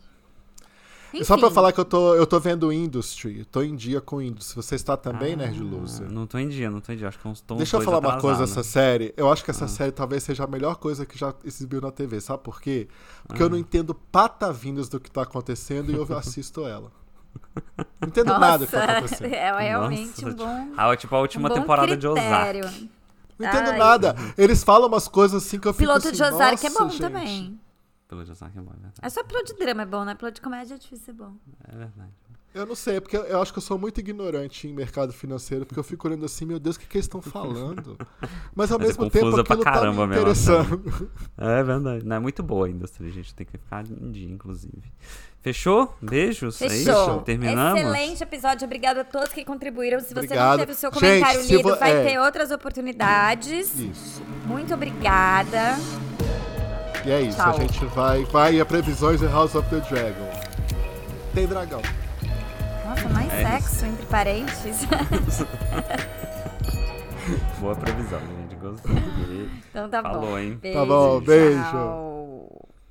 S2: Só pra
S1: Enfim,
S2: falar que eu tô, eu tô vendo Industry. Tô em dia com Industry. Você está
S1: Ah,
S2: também, Nerd Loser?
S3: Não tô em dia, não tô em dia. Acho que uns tons
S2: Deixa eu
S3: dois
S2: falar uma coisa
S3: atrasado.
S2: dessa série. Eu acho que
S1: Ah.
S2: essa série talvez seja a melhor coisa que já exibiu na TV. Sabe por quê? Porque eu
S1: Ah.
S2: não entendo patavinas do que tá acontecendo e eu assisto ela. Não entendo nada do que tá
S1: Nossa,
S2: acontecendo.
S1: é realmente
S3: Nossa,
S1: um bom.
S3: Ah, tipo a
S1: um
S3: última
S1: bom
S3: temporada de Ozark.
S1: critério.
S2: Não entendo
S1: Ai.
S2: nada. Eles falam umas coisas assim que eu fico
S1: Piloto
S2: assim,
S1: de Ozark é
S2: "Nossa,
S1: bom
S2: gente."
S1: também.
S3: Pelo de Ozark é bom, é verdade.
S1: É só piloto de drama é bom, né? Piloto de comédia é difícil ser bom.
S3: É verdade.
S2: Eu não sei, porque eu- eu acho que eu sou muito ignorante em mercado financeiro, porque eu fico olhando assim, meu Deus, o que, que eles estão falando? Mas ao
S3: Mas é
S2: mesmo tempo
S3: confusa pra
S2: aquilo tá me
S1: né?
S3: caramba mesmo,
S2: interessando.
S3: É verdade. Não, é muito boa a indústria, gente. Tem que ficar em dia, inclusive. Fechou? Beijos? É isso?
S1: Fechou.
S3: Terminamos?
S1: Excelente episódio. Obrigado a todos que contribuíram. Se você
S2: Obrigado.
S1: não teve o seu
S2: Gente,
S1: comentário
S2: se
S1: lido,
S2: vo-
S1: vai
S2: é.
S1: ter outras oportunidades.
S2: Isso.
S1: Muito obrigada.
S2: E é isso, a
S1: Tchau.
S2: gente vai. Vai a previsões de House of the Dragon. Tem dragão.
S1: Nossa, mais
S3: É isso.
S1: sexo entre parentes.
S3: Boa previsão, gente. Gostei.
S1: então tá
S3: Falou,
S1: bom.
S3: hein?
S1: Então Beijo,
S2: Tá bom, beijo.
S1: tchau.